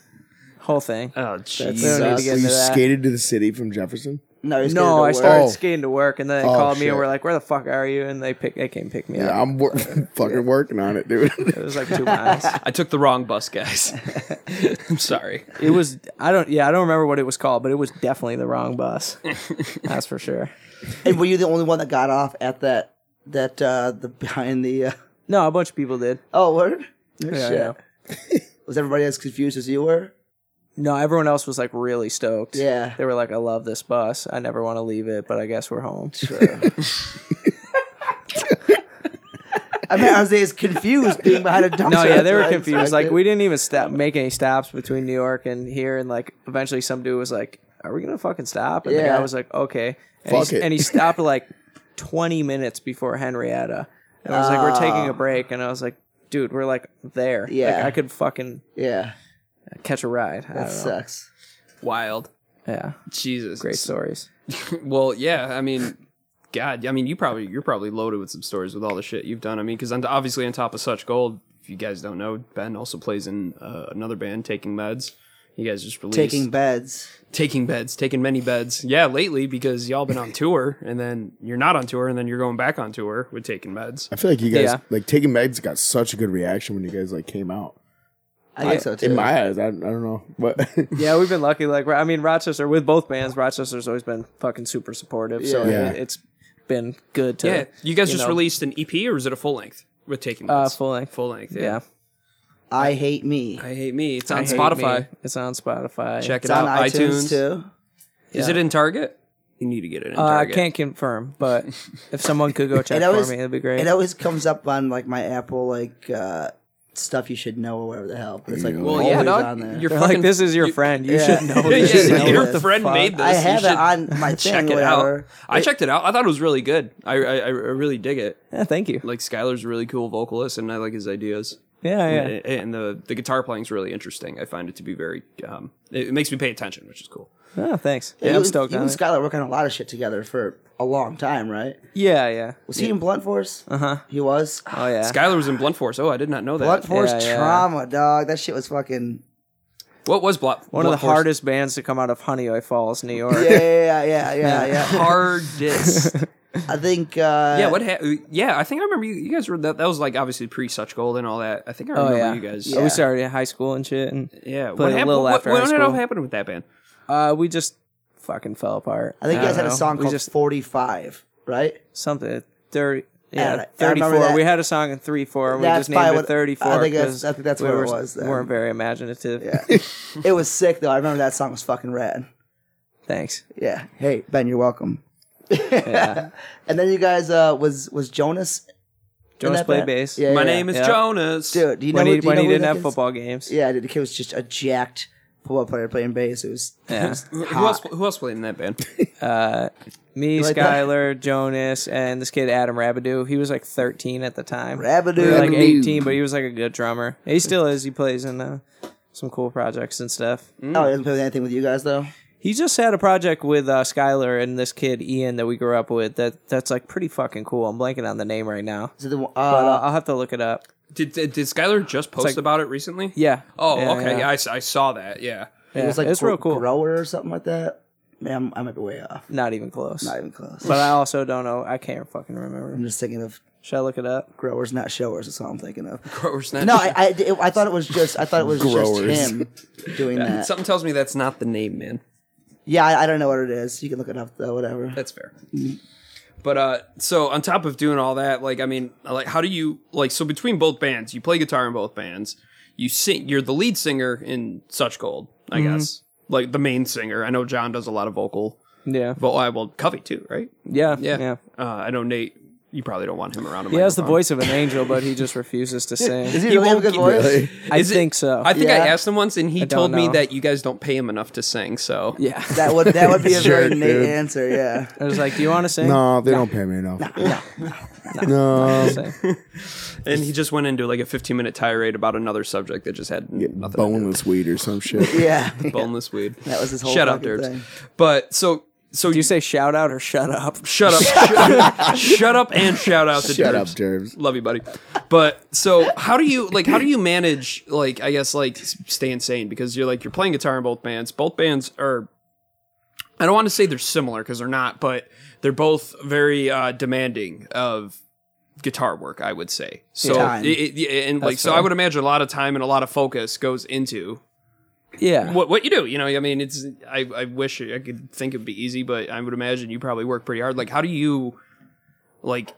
Speaker 1: whole thing.
Speaker 2: Oh
Speaker 1: we don't need to
Speaker 4: Well,
Speaker 1: get
Speaker 4: you
Speaker 1: into that.
Speaker 4: skated to the city from Jefferson.
Speaker 3: No, he's
Speaker 1: no, I
Speaker 3: started.
Speaker 1: started
Speaker 4: Oh.
Speaker 1: skating to work, and then they
Speaker 4: Oh,
Speaker 1: called me
Speaker 4: shit.
Speaker 1: and were like, "Where the fuck are you?" And they pick, they came pick me
Speaker 4: Yeah,
Speaker 1: up.
Speaker 4: I'm wor- fucking working on it, dude.
Speaker 1: It was like two miles.
Speaker 2: I took the wrong bus, guys. I'm sorry.
Speaker 1: It was I don't yeah I don't remember what it was called, but it was definitely the wrong bus. That's for sure.
Speaker 3: And were you the only one that got off at that that uh the behind the uh,
Speaker 1: No, a bunch of people did.
Speaker 3: oh word? No
Speaker 1: Yeah, I
Speaker 3: shit.
Speaker 1: know.
Speaker 3: Was everybody as confused as you were?
Speaker 1: No, everyone else was like really stoked.
Speaker 3: Yeah.
Speaker 1: they were like, "I love this bus. I never want to leave it, but I guess we're home."
Speaker 3: I mean, I was as confused being behind a dumpster.
Speaker 1: No, yeah, they
Speaker 3: That's
Speaker 1: were
Speaker 3: what I
Speaker 1: confused. Like
Speaker 3: expected.
Speaker 1: we didn't even stop make any stops between New York and here, and like eventually some dude was like, "Are we gonna fucking stop?" And the
Speaker 3: Yeah.
Speaker 1: guy was like, "Okay," and,
Speaker 4: Fuck
Speaker 1: he,
Speaker 4: it.
Speaker 1: and he stopped like twenty minutes before Henrietta, and I was like, "We're taking a break," and I was like, "Dude, we're like there.
Speaker 3: Ah. Yeah.
Speaker 1: like, I could fucking
Speaker 3: yeah,
Speaker 1: catch a ride." I
Speaker 3: that
Speaker 1: don't know.
Speaker 3: sucks.
Speaker 2: Wild.
Speaker 1: Yeah,
Speaker 2: Jesus.
Speaker 1: great stories.
Speaker 2: Well, yeah. I mean, God. I mean, you probably you're probably loaded with some stories with all the shit you've done. I mean, because obviously on top of such gold, if you guys don't know, Ben also plays in uh, another band, Taking Meds. You guys just released
Speaker 3: Taking beds.
Speaker 2: taking beds, taking many beds. Yeah, lately because y'all been on tour and then you're not on tour and then you're going back on tour with taking meds.
Speaker 4: I feel like you guys
Speaker 1: Yeah.
Speaker 4: like taking meds got such a good reaction when you guys like came out.
Speaker 3: I think so too.
Speaker 4: In my eyes, I, I don't know, but
Speaker 1: Yeah, we've been lucky. Like I mean, Rochester with both bands, Rochester's always been fucking super supportive. So
Speaker 4: Yeah.
Speaker 1: it, it's been good to
Speaker 2: Yeah, you guys just
Speaker 1: know.
Speaker 2: released an EP or is it a full length with taking
Speaker 1: uh,
Speaker 2: meds?
Speaker 1: full length.
Speaker 2: full length. Yeah.
Speaker 1: yeah.
Speaker 3: I hate me.
Speaker 2: I hate me. It's on
Speaker 1: I Hate
Speaker 2: Spotify.
Speaker 1: Me. It's on Spotify.
Speaker 2: Check
Speaker 3: It's
Speaker 2: it
Speaker 3: on
Speaker 2: out.
Speaker 3: iTunes, too.
Speaker 2: Is
Speaker 1: Yeah.
Speaker 2: it in Target? You need to get it in
Speaker 1: Uh, I
Speaker 2: Target.
Speaker 1: can't confirm, but if someone could go check
Speaker 3: It always-
Speaker 1: for me, it'd be great.
Speaker 3: It always comes up on like my Apple like uh stuff you should know or whatever the hell. But it's like
Speaker 2: Well,
Speaker 3: always
Speaker 2: yeah,
Speaker 3: on there.
Speaker 2: dog. You're
Speaker 1: They're
Speaker 2: fucking.
Speaker 1: like, this is your friend. You
Speaker 3: Yeah.
Speaker 1: should know.
Speaker 2: Yeah,
Speaker 1: You should
Speaker 3: yeah,
Speaker 1: know
Speaker 2: your
Speaker 1: what the
Speaker 2: friend
Speaker 1: fuck.
Speaker 2: made this.
Speaker 3: I
Speaker 2: You
Speaker 3: have
Speaker 2: should
Speaker 3: it on my
Speaker 2: Check
Speaker 3: thing,
Speaker 2: it out.
Speaker 3: whatever.
Speaker 2: I checked it out. I thought it was really good. I I, I really dig it.
Speaker 1: Yeah, thank you.
Speaker 2: Like Skylar's a really cool vocalist, and I like his ideas.
Speaker 1: Yeah, yeah.
Speaker 2: and, and the the guitar playing's really interesting. I find it to be very. Um, it, it makes me pay attention, which is cool.
Speaker 1: Oh, thanks.
Speaker 3: You
Speaker 1: Yeah, I'm
Speaker 3: and-
Speaker 1: stoked
Speaker 3: You
Speaker 1: on
Speaker 3: and
Speaker 1: it.
Speaker 3: Skylar work on a lot of shit together for a long time, right?
Speaker 1: Yeah, yeah.
Speaker 3: Was he in Blunt Force? Uh huh. He was.
Speaker 1: Oh, yeah.
Speaker 2: Skylar was in Blunt Force. Oh, I did not know that.
Speaker 3: Blunt Force
Speaker 1: Yeah, yeah.
Speaker 3: trauma, dog. That shit was fucking.
Speaker 2: What was Blunt?
Speaker 1: One of the hardest bands to come out of Honeyoy Falls, New York.
Speaker 3: Yeah, yeah, yeah, yeah, yeah.
Speaker 2: Hardest.
Speaker 3: I think. Uh,
Speaker 2: yeah. What? Ha- yeah. I think I remember you. You guys were that. That was like obviously pre Such Gold and all that. I think I
Speaker 1: Oh,
Speaker 2: remember
Speaker 1: yeah.
Speaker 2: you guys.
Speaker 1: We started in high school and shit. And
Speaker 2: Yeah. What
Speaker 1: Played a
Speaker 2: happened?
Speaker 1: little
Speaker 2: What,
Speaker 1: after
Speaker 2: what,
Speaker 1: high
Speaker 2: ended up
Speaker 1: school.
Speaker 2: happening with that band?
Speaker 1: uh, we just fucking fell apart.
Speaker 3: I think you guys had a
Speaker 1: don't know.
Speaker 3: song
Speaker 1: We
Speaker 3: called
Speaker 1: just-
Speaker 3: Forty Five, right?
Speaker 1: Something. 30.
Speaker 3: I
Speaker 1: Yeah,
Speaker 3: remember
Speaker 1: 34.
Speaker 3: that.
Speaker 1: We had a song in 3 4. We
Speaker 3: That's
Speaker 1: just named
Speaker 3: probably
Speaker 1: it
Speaker 3: what-
Speaker 1: 34.
Speaker 3: I think that's-
Speaker 1: 'cause
Speaker 3: I think that's
Speaker 1: we
Speaker 3: what it
Speaker 1: were-
Speaker 3: was then.
Speaker 1: weren't very imaginative.
Speaker 3: Yeah. it was sick though. I remember that song was fucking rad.
Speaker 1: Thanks.
Speaker 3: Yeah. Hey Ben, you're welcome.
Speaker 1: Yeah.
Speaker 3: And then you guys uh, was was Jonas. in
Speaker 1: Jonas
Speaker 3: that
Speaker 1: played
Speaker 3: band?
Speaker 1: bass.
Speaker 3: Yeah,
Speaker 2: My
Speaker 3: yeah.
Speaker 2: name is
Speaker 1: Yeah.
Speaker 2: Jonas.
Speaker 3: Dude, do you know
Speaker 1: when
Speaker 3: who-
Speaker 1: he,
Speaker 3: do you
Speaker 1: when
Speaker 3: know
Speaker 1: he
Speaker 3: who
Speaker 1: didn't
Speaker 3: that
Speaker 1: have
Speaker 3: kid's-
Speaker 1: football games.
Speaker 3: Yeah, the kid was just a jacked football player playing bass. It was
Speaker 1: Yeah.
Speaker 2: Who who else? Who else played in that band?
Speaker 1: Me,
Speaker 3: like that?
Speaker 1: Skylar, Jonas, and this kid Adam Rabideau. He was like 13 at the time.
Speaker 3: Rabideau.
Speaker 1: like
Speaker 4: Rabideau.
Speaker 1: 18, but he was like a good drummer. He still is. He plays in uh, some cool projects and stuff.
Speaker 3: Oh, he doesn't play with anything with you guys though.
Speaker 1: He just had a project with uh, Skylar and this kid Ian that we grew up with. That that's like pretty fucking cool. I'm blanking on the name right now,
Speaker 3: Is it the one-
Speaker 1: but uh,
Speaker 3: uh,
Speaker 1: I'll have to look it up.
Speaker 2: Did Did, did Skylar just post
Speaker 1: like-
Speaker 2: about it recently?
Speaker 1: Yeah.
Speaker 2: Oh,
Speaker 1: Yeah,
Speaker 2: okay.
Speaker 1: Yeah.
Speaker 2: I, s- I saw that. Yeah.
Speaker 1: Yeah.
Speaker 3: it was like
Speaker 1: it's
Speaker 3: Gro-
Speaker 1: real cool.
Speaker 3: grower or something like that. Man, I'm, I might be way off.
Speaker 1: Not even close.
Speaker 3: Not even close.
Speaker 1: But I also don't know. I can't fucking remember.
Speaker 3: I'm just thinking of
Speaker 1: Should I look it up?
Speaker 3: growers, not showers. That's all I'm thinking of.
Speaker 2: Growers Net.
Speaker 3: No, I I, it- I thought it was just I thought it was
Speaker 4: Growers.
Speaker 3: just him doing that.
Speaker 2: Something tells me that's not the name, man.
Speaker 3: Yeah, I, I don't know what it is. You can look it up though. Whatever.
Speaker 2: That's fair. But uh, so on top of doing all that, like I mean, like how do you like so between both bands, you play guitar in both bands, you sing, you're the lead singer in Such Gold, I
Speaker 1: Mm-hmm.
Speaker 2: guess, like the main singer. I know John does a lot of vocal,
Speaker 1: Yeah.
Speaker 2: but I well Covey too, right?
Speaker 1: Yeah.
Speaker 2: Yeah,
Speaker 1: Yeah. yeah.
Speaker 2: Uh, I know Nate. You probably don't want him around. A
Speaker 1: He has the
Speaker 2: microphone.
Speaker 1: voice of an angel, but he just refuses to sing.
Speaker 3: Does he, really have a good
Speaker 2: won't-
Speaker 3: voice?
Speaker 4: Really?
Speaker 1: I
Speaker 2: Is it-
Speaker 1: think so.
Speaker 2: I think I
Speaker 3: Yeah.
Speaker 2: asked him once, and he
Speaker 1: don't
Speaker 2: told me
Speaker 1: know.
Speaker 2: that you guys don't pay him enough to sing. So
Speaker 1: yeah.
Speaker 3: That would that would be a
Speaker 4: Sure,
Speaker 3: very Nate
Speaker 4: dude.
Speaker 3: answer. Yeah.
Speaker 1: I was like, "Do you want to sing?"
Speaker 4: No, they don't pay me enough.
Speaker 1: No.
Speaker 4: No,
Speaker 1: Sing.
Speaker 2: and he just went into like a 15 minute tirade about another subject that just had nothing. to do with
Speaker 4: boneless weed or some shit.
Speaker 3: Yeah.
Speaker 2: boneless weed.
Speaker 3: That was his whole
Speaker 2: shut up,
Speaker 3: fucking
Speaker 2: Durbs.
Speaker 3: thing.
Speaker 2: But so so
Speaker 1: Do
Speaker 2: you
Speaker 1: you say shout out or shut up?
Speaker 2: shut up, shut, shut up, and shout out to
Speaker 4: Shut up,
Speaker 2: Durbs.
Speaker 4: Jervs.
Speaker 2: Love you, buddy. But so how do you like? How do you manage like? I guess like s- staying sane because you're like you're playing guitar in both bands. Both bands are. I don't want to say they're similar because they're not, but they're both very uh, demanding of guitar work. I would say so.
Speaker 3: Time.
Speaker 2: It, it- yeah, and like so, I
Speaker 1: fair.
Speaker 2: would imagine a lot of time and a lot of focus goes into
Speaker 1: Yeah.
Speaker 2: what what you do. You know, I mean, it's I, I wish I could think it'd be easy, but I would imagine you probably work pretty hard. Like, how do you, like,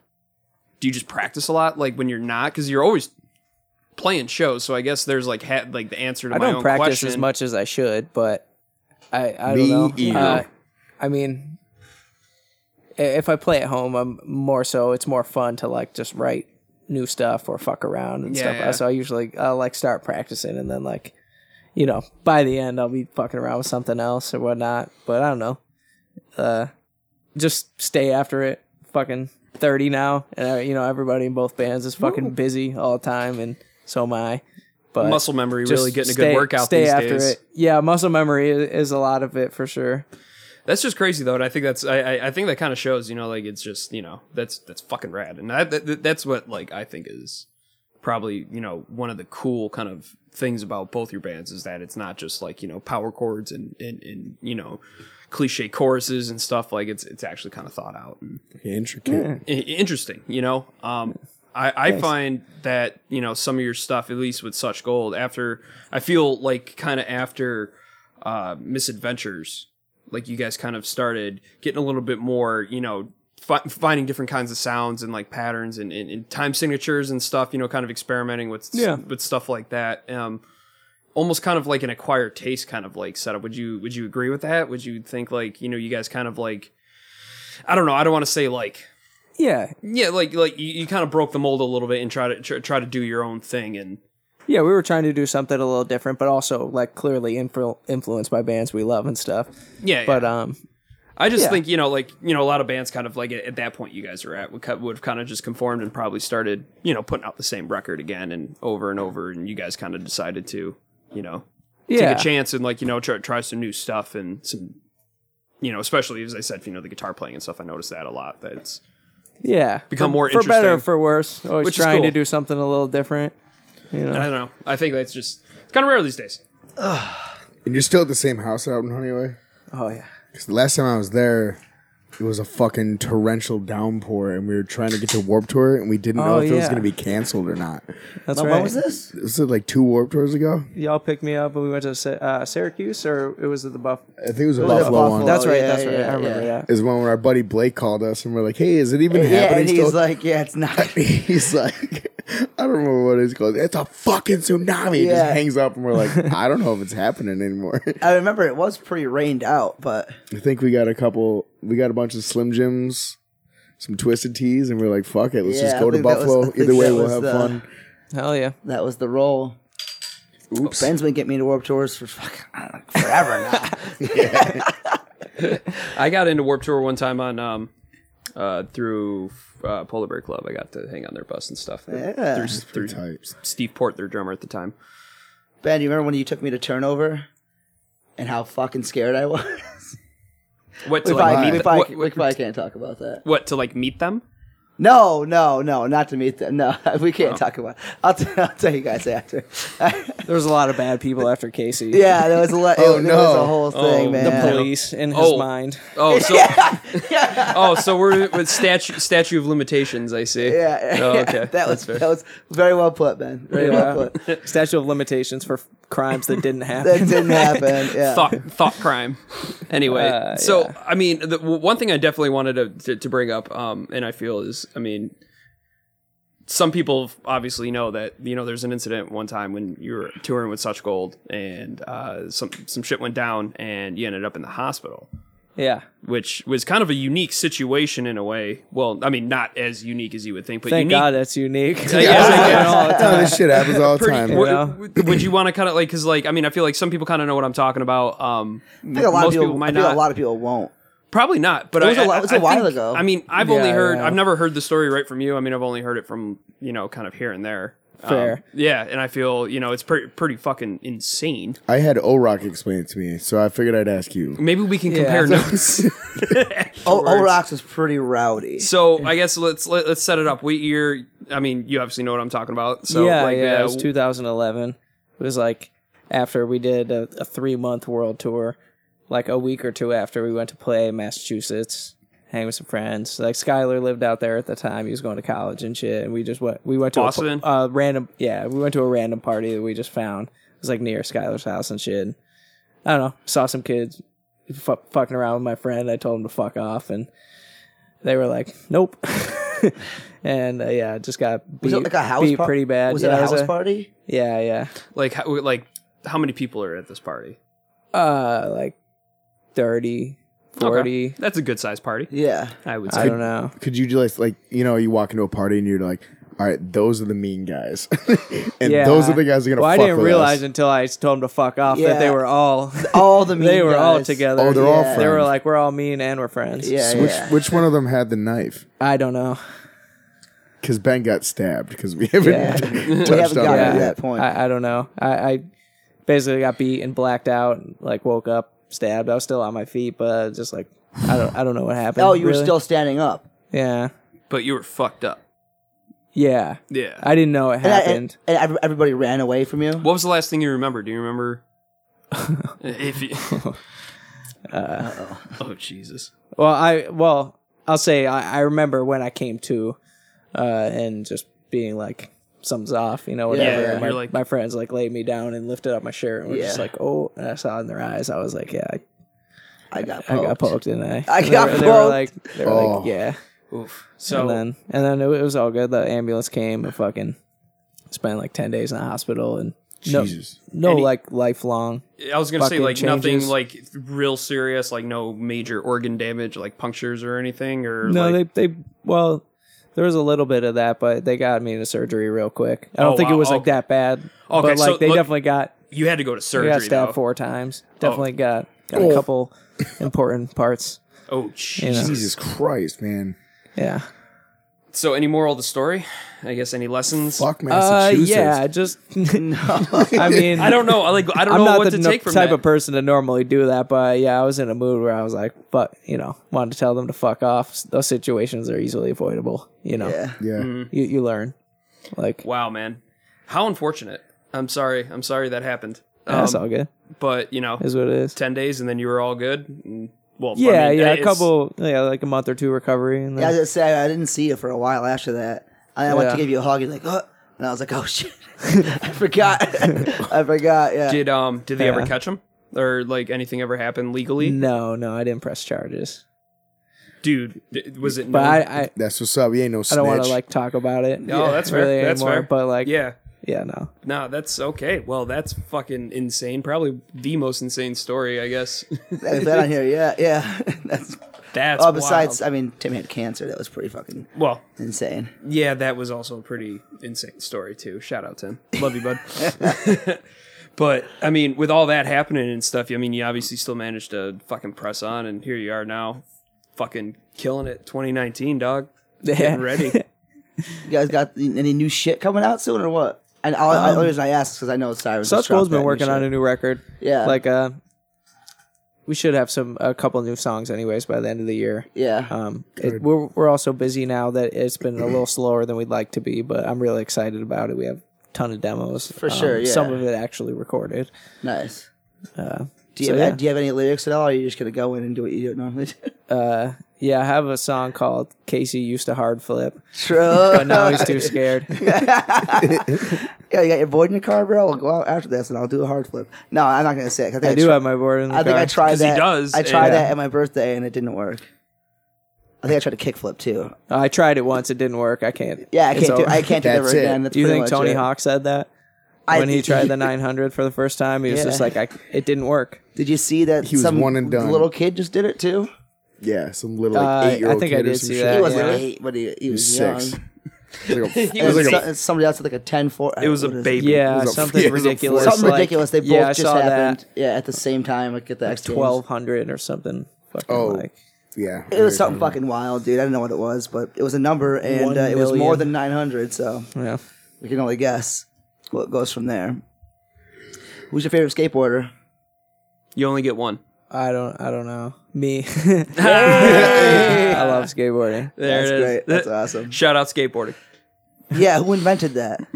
Speaker 2: do you just practice a lot? Like when you're not, because you're always playing shows. So I guess there's like ha- like the answer to
Speaker 1: I
Speaker 2: my
Speaker 1: don't
Speaker 2: own
Speaker 1: practice
Speaker 2: question.
Speaker 1: as much as I should, but I I
Speaker 4: Me
Speaker 1: don't know.
Speaker 4: either.
Speaker 1: Uh, I mean, i- if I play at home, I'm more so. It's more fun to like just write new stuff or fuck around and
Speaker 2: Yeah,
Speaker 1: stuff.
Speaker 2: yeah.
Speaker 1: So I usually I'll like start practicing and then like, you know, by the end I'll be fucking around with something else or whatnot. But I don't know. Uh, just stay after it. Fucking thirty now, and uh, you know everybody in both bands is fucking busy all the time, and so am I. But
Speaker 2: Muscle memory,
Speaker 1: just
Speaker 2: really getting a
Speaker 1: stay-
Speaker 2: good workout
Speaker 1: Stay
Speaker 2: these
Speaker 1: after
Speaker 2: days.
Speaker 1: it. Yeah, muscle memory is, is a lot of it for sure.
Speaker 2: That's just crazy though, and I think that's I I, I think that kind of shows. You know, like it's just you know that's that's fucking rad, and I, that, that's what like I think is probably you know one of the cool kind of things about both your bands is that it's not just like you know power chords and and, and you know cliche choruses and stuff like it's it's actually kind of thought out and
Speaker 4: Intricate.
Speaker 2: i- interesting you know um i i find that you know some of your stuff at least with such gold after i feel like kind of after uh misadventures like you guys kind of started getting a little bit more you know fi- finding different kinds of sounds and like patterns and, and, and time signatures and stuff you know kind of experimenting with s-
Speaker 1: Yeah.
Speaker 2: with stuff like that um almost kind of like an acquired taste kind of like setup would you would you agree with that would you think like you know you guys kind of like i don't know i don't want to say like
Speaker 1: Yeah,
Speaker 2: yeah, like like you, you kind of broke the mold a little bit and try to try, try to do your own thing and
Speaker 1: yeah, we were trying to do something a little different, but also like clearly influ- influenced by bands we love and stuff.
Speaker 2: yeah.
Speaker 1: But
Speaker 2: yeah.
Speaker 1: um,
Speaker 2: I just
Speaker 1: yeah.
Speaker 2: think you know like you know a lot of bands kind of like at, at that point you guys are at would cut- would have kind of just conformed and probably started you know putting out the same record again and over and over and you guys kind of decided to you know
Speaker 1: yeah,
Speaker 2: take a chance and like you know try try some new stuff and some you know especially as I said you know the guitar playing and stuff I noticed that a lot that it's
Speaker 1: yeah,
Speaker 2: become
Speaker 1: for,
Speaker 2: more
Speaker 1: for better or
Speaker 2: interesting.
Speaker 1: for worse. Always
Speaker 2: Which is
Speaker 1: trying
Speaker 2: cool.
Speaker 1: to do something a little different. You know,
Speaker 2: I don't know I think that's just it's kind of rare these days
Speaker 4: And you're still at the same house out in Honeyway?
Speaker 1: oh yeah,
Speaker 4: Because the last time I was there, it was a fucking torrential downpour, and we were trying to get to Warp Tour, and we didn't know
Speaker 1: Oh,
Speaker 4: if it was
Speaker 1: yeah.
Speaker 4: going to be canceled or not.
Speaker 1: that's
Speaker 3: Now,
Speaker 1: right.
Speaker 3: What was this?
Speaker 4: Was it like two Warp Tours ago?
Speaker 1: Y'all picked me up and we went to Sy- uh, Syracuse, or it was at the Buff. Oh,
Speaker 4: I think it was a
Speaker 3: was
Speaker 4: Buffalo,
Speaker 3: at
Speaker 4: one.
Speaker 3: Buffalo.
Speaker 4: That's
Speaker 1: That's right.
Speaker 3: yeah,
Speaker 1: that's right.
Speaker 3: yeah,
Speaker 1: I remember
Speaker 3: yeah.
Speaker 1: that.
Speaker 4: is one where our buddy Blake called us, and we're like, "Hey, is it even
Speaker 3: Yeah,
Speaker 4: happening?"
Speaker 3: and
Speaker 4: still?
Speaker 3: he's like, yeah, it's not.
Speaker 4: he's like, I don't remember what it's called. It's a fucking tsunami. He
Speaker 3: Yeah.
Speaker 4: just hangs up, and we're like, I don't know if it's happening anymore.
Speaker 3: I remember it was pretty rained out, but
Speaker 4: I think we got a couple. We got a bunch of Slim Jims, some Twisted Tees, and we're like, "Fuck it, let's
Speaker 3: Yeah,
Speaker 4: just
Speaker 3: I
Speaker 4: go to
Speaker 3: think that was-
Speaker 4: Buffalo.
Speaker 3: I think
Speaker 4: Either way,
Speaker 3: that
Speaker 4: we'll
Speaker 3: was
Speaker 4: have
Speaker 3: the-
Speaker 4: fun."
Speaker 1: Hell yeah.
Speaker 3: that was the role. Oops. Ben's been getting me into Warp Tours for fucking I don't know, forever now.
Speaker 2: I got into Warp Tour one time on um uh through uh, Polar Bear Club. I got to hang on their bus and stuff.
Speaker 3: Yeah.
Speaker 2: Through, through
Speaker 4: tight.
Speaker 2: Steve Port, their drummer at the time.
Speaker 3: ben, you remember when you took me to Turnover and how fucking scared I was?
Speaker 2: What to
Speaker 3: We
Speaker 2: like
Speaker 3: probably,
Speaker 2: meet
Speaker 3: we
Speaker 2: the-
Speaker 3: probably,
Speaker 2: what,
Speaker 3: we probably can't talk about that.
Speaker 2: what to like meet them?
Speaker 3: No, no, no, not to meet them. No, we can't
Speaker 2: Oh.
Speaker 3: talk about. I'll, t- I'll tell you guys after.
Speaker 1: There was a lot of bad people after Casey.
Speaker 3: yeah, there was a lot.
Speaker 4: Oh,
Speaker 3: there was
Speaker 4: no.
Speaker 3: a whole thing,
Speaker 2: Oh,
Speaker 3: man.
Speaker 1: The police in his
Speaker 2: Oh.
Speaker 1: mind.
Speaker 2: Oh, so oh, so we're with statue statue of limitations. I see.
Speaker 3: Yeah,
Speaker 2: Oh, okay.
Speaker 3: that
Speaker 2: That's
Speaker 3: was
Speaker 2: fair.
Speaker 3: that was very well put, man. Very well put.
Speaker 1: Yeah. Statue of limitations for f- crimes that didn't
Speaker 3: That
Speaker 1: happen.
Speaker 3: didn't happen. Yeah.
Speaker 2: thought thought crime. Anyway,
Speaker 1: Uh,
Speaker 2: so
Speaker 1: yeah.
Speaker 2: I mean, the w- one thing I definitely wanted to, to to bring up, um, and I feel is, I mean, some people obviously know that you know there's an incident one time when you were touring with Such Gold, and uh, some some shit went down, and you ended up in the hospital.
Speaker 1: yeah.
Speaker 2: Which was kind of a unique situation in a way. Well, I mean, not as unique as you would think, but
Speaker 1: Thank
Speaker 2: unique.
Speaker 1: God that's unique.
Speaker 2: yeah.
Speaker 1: That's happening all the time.
Speaker 4: No, this shit happens all the
Speaker 2: Pretty-
Speaker 4: time.
Speaker 2: would-
Speaker 1: Yeah.
Speaker 2: would- would you want to kind of like because like I mean I feel like some people kind of know what I'm talking about. Um,
Speaker 3: I think a lot
Speaker 2: most
Speaker 3: of people,
Speaker 2: might
Speaker 3: I feel
Speaker 2: not.
Speaker 3: a lot of people won't.
Speaker 2: Probably not, but
Speaker 3: It was
Speaker 2: I-
Speaker 3: a lot-
Speaker 2: I-
Speaker 3: it was a
Speaker 2: I think-
Speaker 3: while ago.
Speaker 2: I mean, I've
Speaker 1: Yeah,
Speaker 2: only heard,
Speaker 1: yeah.
Speaker 2: I've never heard the story right from you. I mean, I've only heard it from you know, kind of here and there. Um,
Speaker 1: Fair.
Speaker 2: yeah, and I feel you know it's pretty pretty fucking insane.
Speaker 4: I had O Rock explain it to me, so I figured I'd ask you.
Speaker 2: Maybe we can compare
Speaker 1: Yeah.
Speaker 2: notes.
Speaker 3: O
Speaker 2: Words.
Speaker 3: Rocks was pretty rowdy.
Speaker 2: so I guess let's let, let's set it up. We you're, I mean, you obviously know what I'm talking about. So
Speaker 1: yeah,
Speaker 2: like,
Speaker 1: yeah,
Speaker 2: uh,
Speaker 1: it was 2011. It was like after we did a, a three month world tour, like a week or two after we went to play Massachusetts, hang with some friends. Like Skyler lived out there at the time; he was going to college and shit. And we just went. We went to a
Speaker 2: Boston?
Speaker 1: pa- uh, random. Yeah, we went to a random party that we just found. It was like near Skyler's house and shit. And I don't know. Saw some kids fu- fucking around with my friend. I told them to fuck off, and they were like, "Nope." and uh, yeah, just got beat,
Speaker 3: was it like a house
Speaker 1: beat
Speaker 3: par-
Speaker 1: pretty bad.
Speaker 3: Was
Speaker 1: yeah,
Speaker 3: it a house party?
Speaker 1: Yeah, yeah.
Speaker 2: like how, like how many people are at this party?
Speaker 1: Uh, like 30, 40.
Speaker 2: Okay. That's a good size party.
Speaker 3: Yeah.
Speaker 2: I would say.
Speaker 1: I don't know.
Speaker 4: Could you just like you know you walk into a party and you're like, all right, those are the mean guys, and
Speaker 1: Yeah.
Speaker 4: those are the guys that are gonna.
Speaker 1: Well, I
Speaker 4: fuck
Speaker 1: didn't
Speaker 4: with
Speaker 1: realize
Speaker 4: us.
Speaker 1: until I told them to fuck off that
Speaker 3: Yeah.
Speaker 1: they were all
Speaker 3: All the mean
Speaker 1: they were all
Speaker 3: guys.
Speaker 1: together.
Speaker 4: Oh, they're all
Speaker 1: They were
Speaker 4: friends.
Speaker 1: like, we're all mean and we're friends.
Speaker 3: Yeah,
Speaker 4: Which
Speaker 3: yeah.
Speaker 4: which one of them had the knife?
Speaker 1: I don't know.
Speaker 4: Because Ben got stabbed. Because we haven't
Speaker 1: Yeah.
Speaker 4: touched
Speaker 3: We haven't
Speaker 4: on
Speaker 3: gotten
Speaker 4: that
Speaker 3: to
Speaker 4: yet.
Speaker 3: that point.
Speaker 1: I, I don't know. I, I basically got beat and blacked out. And, like woke up stabbed. I was still on my feet, but just like I don't I don't know what happened.
Speaker 3: oh, you were
Speaker 1: really.
Speaker 3: still standing up.
Speaker 1: yeah
Speaker 2: But you were fucked up.
Speaker 1: yeah.
Speaker 2: Yeah.
Speaker 1: I didn't know it
Speaker 3: And, I,
Speaker 1: happened.
Speaker 3: and, and ev- everybody ran away from you.
Speaker 2: what was the last thing you remember? Do you remember? if you, oh Jesus.
Speaker 1: Well, I well, I'll say I, I remember when I came to, uh, and just being like, "Something's off," you know, whatever.
Speaker 2: Yeah,
Speaker 1: And my,
Speaker 2: you're like-
Speaker 1: my friends like laid me down and lifted up my shirt and was just
Speaker 3: Yeah.
Speaker 1: like, "Oh," and I saw in their eyes. I was like, "Yeah, I,
Speaker 3: I got
Speaker 1: I
Speaker 3: poked.
Speaker 1: got poked," and I,
Speaker 3: I
Speaker 1: and
Speaker 3: got
Speaker 1: they were, They were
Speaker 3: poked.
Speaker 1: like, they were
Speaker 4: Oh.
Speaker 1: like, "Yeah."
Speaker 2: Oof. So
Speaker 1: and then and then it, was all good. The ambulance came and fucking spent like ten days in the hospital and no,
Speaker 4: Jesus.
Speaker 1: no
Speaker 2: Any-
Speaker 1: like lifelong.
Speaker 2: I was gonna say
Speaker 1: Fucking
Speaker 2: like
Speaker 1: changes.
Speaker 2: nothing like real serious, like no major organ damage, like punctures or anything, or
Speaker 1: No,
Speaker 2: like,
Speaker 1: they they well, there was a little bit of that, but they got me into surgery real quick. I don't
Speaker 2: Oh,
Speaker 1: think it
Speaker 2: wow.
Speaker 1: was like
Speaker 2: Okay.
Speaker 1: that bad. but like
Speaker 2: so
Speaker 1: they
Speaker 2: look-
Speaker 1: definitely got
Speaker 2: you had to go to
Speaker 1: they
Speaker 2: surgery.
Speaker 1: got stabbed
Speaker 2: though. Oh.
Speaker 1: four times. Definitely got got
Speaker 4: Oh.
Speaker 1: a couple important parts.
Speaker 2: Oh
Speaker 1: know.
Speaker 2: Jesus.
Speaker 4: Jesus Christ, man!
Speaker 1: Yeah.
Speaker 2: So any moral of the story? I guess any lessons?
Speaker 4: Fuck
Speaker 1: Uh,
Speaker 4: Massachusetts.
Speaker 1: yeah, just I mean
Speaker 2: I don't know. I like I don't
Speaker 1: I'm
Speaker 2: know
Speaker 1: not
Speaker 2: what
Speaker 1: the
Speaker 2: to
Speaker 1: no-
Speaker 2: take from
Speaker 1: type
Speaker 2: that.
Speaker 1: of person to normally do that, but yeah, I was in a mood where I was like, "Fuck," you know, wanted to tell them to fuck off. Those situations are easily avoidable. You know,
Speaker 3: Yeah.
Speaker 4: yeah.
Speaker 1: you you learn. Like
Speaker 2: wow, man. How unfortunate. I'm sorry. I'm sorry that happened.
Speaker 1: that's
Speaker 2: Um,
Speaker 1: all good.
Speaker 2: but you know,
Speaker 1: Is what it is.
Speaker 2: ten days and then you were all good. And- Well, I
Speaker 1: Yeah,
Speaker 2: mean,
Speaker 1: yeah, a
Speaker 2: it's-
Speaker 1: couple, yeah, like a month or two recovery, and
Speaker 3: Yeah, I
Speaker 1: then,
Speaker 3: was gonna say I didn't see you for a while after that. I went to
Speaker 1: Yeah.
Speaker 3: give you a hug. You're like, oh, and I was like, oh shit, I forgot. I forgot. Yeah.
Speaker 2: Did um did they ever
Speaker 1: Yeah. Mm.
Speaker 2: catch him or like anything ever happen legally?
Speaker 1: no, no, I didn't press charges,
Speaker 2: Dude, d- was it?
Speaker 1: but
Speaker 2: known-
Speaker 1: I, I,
Speaker 4: That's what's up. You ain't no snitch.
Speaker 1: I don't want to like talk about it.
Speaker 2: No, that's fair,
Speaker 1: really
Speaker 2: that's
Speaker 1: anymore.
Speaker 2: fair.
Speaker 1: But like, yeah,
Speaker 2: yeah,
Speaker 1: yeah, no,
Speaker 2: no, that's okay. Well, that's fucking insane. Probably the most insane story, I guess.
Speaker 3: Is that on here? Yeah, yeah. That's.
Speaker 2: that's
Speaker 3: Oh, besides,
Speaker 2: wild.
Speaker 3: I mean, Tim had cancer. That was pretty fucking
Speaker 2: well,
Speaker 3: insane.
Speaker 2: yeah, that was also a pretty insane story too. Shout out Tim, love you, bud. but I mean, with all that happening and stuff, I mean, you obviously still managed to fucking press on, and here you are now, fucking killing it, 2019, dog.
Speaker 1: yeah,
Speaker 2: Getting ready.
Speaker 3: You guys got any new shit coming out soon or what? And all, I,
Speaker 1: Um,
Speaker 3: the only reason I ask is because I know Cyrus.
Speaker 1: Such
Speaker 3: has
Speaker 1: has been
Speaker 3: dropped
Speaker 1: working
Speaker 3: that
Speaker 1: on
Speaker 3: new
Speaker 1: a new record.
Speaker 3: Yeah.
Speaker 1: like uh, we should have some a couple new songs anyways by the end of the year.
Speaker 3: Yeah.
Speaker 1: Um, it, we're we're also busy now that it's been a little slower than we'd like to be, but I'm really excited about it. We have a ton of demos um,
Speaker 3: For sure, yeah.
Speaker 1: Some of it actually recorded.
Speaker 3: nice.
Speaker 1: Uh,
Speaker 3: Do you,
Speaker 1: so,
Speaker 3: have,
Speaker 1: yeah.
Speaker 3: do you have any lyrics at all? Or are you just gonna go in and do what you do normally? do?
Speaker 1: yeah, I have a song called "Casey Used to Hard Flip,"
Speaker 3: True.
Speaker 1: but now he's too scared.
Speaker 3: Yeah, you got your board in your car, bro. I'll go out after this and I'll do a hard flip. No, I'm not gonna say it. 'cause
Speaker 1: I
Speaker 3: think
Speaker 1: do
Speaker 3: tri-
Speaker 1: have my board in the
Speaker 3: I think
Speaker 1: car.
Speaker 3: I tried
Speaker 2: 'Cause he
Speaker 3: that.
Speaker 2: does,
Speaker 3: I tried
Speaker 2: yeah.
Speaker 3: that at my birthday and it didn't work. I think I tried a kickflip too.
Speaker 1: I tried it once. It didn't work. I can't.
Speaker 3: Yeah, I
Speaker 1: it's
Speaker 3: can't do.
Speaker 1: over.
Speaker 3: I can't do that
Speaker 4: That's
Speaker 3: ever
Speaker 4: it.
Speaker 3: again. That's
Speaker 1: Do you
Speaker 3: pretty
Speaker 1: think
Speaker 3: much
Speaker 1: Tony
Speaker 3: it.
Speaker 1: Hawk said that
Speaker 3: I-
Speaker 1: when he tried the 900 for the first time? He was just
Speaker 3: Yeah.
Speaker 1: like, I, it didn't work.
Speaker 3: Did you see that?
Speaker 4: He was
Speaker 3: some
Speaker 4: one and done.
Speaker 3: Little kid just did it too.
Speaker 4: Yeah, some little
Speaker 1: Uh,
Speaker 4: like
Speaker 1: I
Speaker 4: eight year old
Speaker 1: think I
Speaker 4: kid or
Speaker 1: did
Speaker 4: some
Speaker 1: see
Speaker 4: shit.
Speaker 1: that,
Speaker 3: He wasn't
Speaker 1: yeah.
Speaker 3: eight, but he, he
Speaker 4: He
Speaker 3: was
Speaker 4: was
Speaker 3: young.
Speaker 4: six. It was like a-
Speaker 2: was
Speaker 4: it was
Speaker 3: And
Speaker 4: like a-
Speaker 3: so- somebody else had like a ten four.
Speaker 2: It was a baby.
Speaker 1: Yeah,
Speaker 4: It was a-
Speaker 1: something
Speaker 4: yeah, it was a
Speaker 1: ridiculous.
Speaker 4: four.
Speaker 3: Something
Speaker 1: like-
Speaker 3: ridiculous. They both
Speaker 1: yeah, I
Speaker 3: just
Speaker 1: saw
Speaker 3: happened.
Speaker 1: That.
Speaker 3: Yeah, at the same time. Like at the X Games.
Speaker 1: 1200 or something. Fucking
Speaker 4: Oh.
Speaker 1: like.
Speaker 4: yeah.
Speaker 3: It was something fucking wild, dude. I don't know what it was, but it was a number, and
Speaker 1: One
Speaker 3: uh, it was more
Speaker 1: million.
Speaker 3: than nine hundred. So
Speaker 1: Yeah.
Speaker 3: we can only guess what goes from there. Who's your favorite skateboarder?
Speaker 2: You only get one.
Speaker 1: I don't I don't know. Me. I love skateboarding.
Speaker 2: There
Speaker 3: That's
Speaker 2: it is.
Speaker 3: great. That's awesome.
Speaker 2: Shout out skateboarding.
Speaker 3: Yeah, who invented that?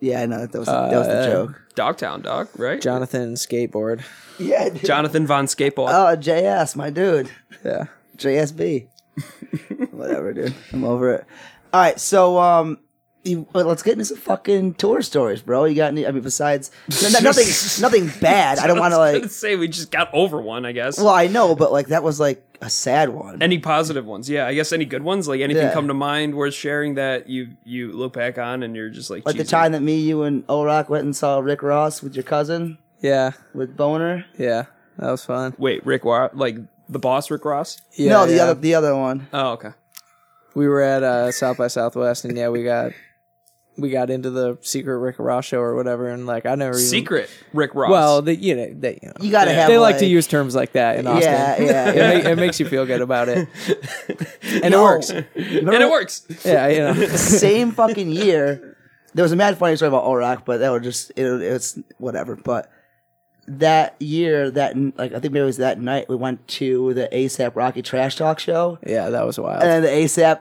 Speaker 3: Yeah, I know that was that was the
Speaker 1: Uh,
Speaker 3: joke.
Speaker 2: Dogtown dog, right?
Speaker 1: Jonathan skateboard.
Speaker 3: Yeah, dude.
Speaker 2: Jonathan von Skateboard.
Speaker 3: Oh, JS, my dude.
Speaker 1: Yeah.
Speaker 3: JSB. Whatever, dude. I'm over it. All right, so um, you, well, let's get into some fucking tour stories, bro. You got any? I mean, besides no- no- nothing, nothing bad. I don't want to
Speaker 2: I was
Speaker 3: like.
Speaker 2: gonna say we just got over one, I guess.
Speaker 3: Well, I know, but like that was like a sad one.
Speaker 2: any positive ones? Yeah, I guess any good ones. Like anything
Speaker 3: Yeah.
Speaker 2: come to mind worth sharing that you you look back on and you're just like,
Speaker 3: like the
Speaker 2: "Jesus."
Speaker 3: time that me, you, and O'Rock went and saw Rick Ross with your cousin
Speaker 1: Yeah.
Speaker 3: with Boner.
Speaker 1: Yeah. That was fun.
Speaker 2: Wait, Rick, Wa- like the boss, Rick Ross.
Speaker 1: Yeah,
Speaker 3: no, the
Speaker 1: yeah.
Speaker 3: other the other one.
Speaker 2: Oh, okay.
Speaker 1: we were at uh, South by Southwest, and yeah, we got we got into the secret Rick Ross show or whatever, and like I never even,
Speaker 2: Secret Rick Ross.
Speaker 1: Well, the, you know, they, you know,
Speaker 3: You gotta
Speaker 2: Yeah.
Speaker 3: have.
Speaker 1: they like, to use terms like that in Austin.
Speaker 3: Yeah, yeah,
Speaker 1: it,
Speaker 3: yeah.
Speaker 1: ma- it makes you feel good about it, and
Speaker 3: No.
Speaker 1: it works.
Speaker 2: and it works.
Speaker 1: Yeah, you know.
Speaker 3: same fucking year. There was a mad funny story about Orak, but that was just it, it's whatever. But that year, that n- like I think maybe it was that night, we went to the ASAP Rocky Trash Talk show,
Speaker 1: Yeah, that was wild.
Speaker 3: and then the ASAP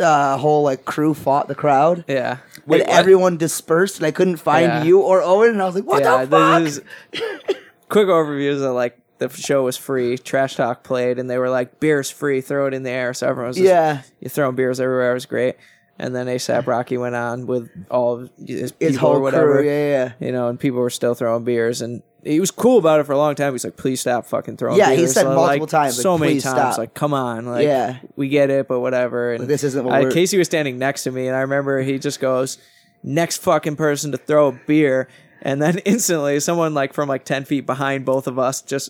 Speaker 3: uh, whole like crew fought the crowd.
Speaker 1: yeah.
Speaker 2: Wait,
Speaker 3: and
Speaker 2: what?
Speaker 3: everyone dispersed, and I couldn't find
Speaker 1: Yeah.
Speaker 3: you or Owen, and I was like, "What
Speaker 1: yeah,
Speaker 3: the fuck?"
Speaker 1: this is- quick overview is that like the show was free, trash talk played, and they were like, "Beer's free, throw it in the air." So everyone was just
Speaker 3: yeah,
Speaker 1: you throwing beers everywhere. It was great. And then ASAP Rocky went on with all of his people
Speaker 3: his whole
Speaker 1: or whatever.
Speaker 3: crew. Yeah, yeah.
Speaker 1: you know, and people were still throwing beers, and he was cool about it for a long time. He's like, "Please stop fucking throwing."
Speaker 3: Yeah, he
Speaker 1: beers.
Speaker 3: said
Speaker 1: Like,
Speaker 3: multiple times, like,
Speaker 1: so many
Speaker 3: "Please
Speaker 1: times,
Speaker 3: stop."
Speaker 1: like, "Come on, like,
Speaker 3: Yeah.
Speaker 1: we get it, but whatever." And
Speaker 3: this isn't what
Speaker 1: I-
Speaker 3: we're-
Speaker 1: Casey was standing next to me, and I remember he just goes, "Next fucking person to throw a beer." And then instantly, someone like from like ten feet behind both of us just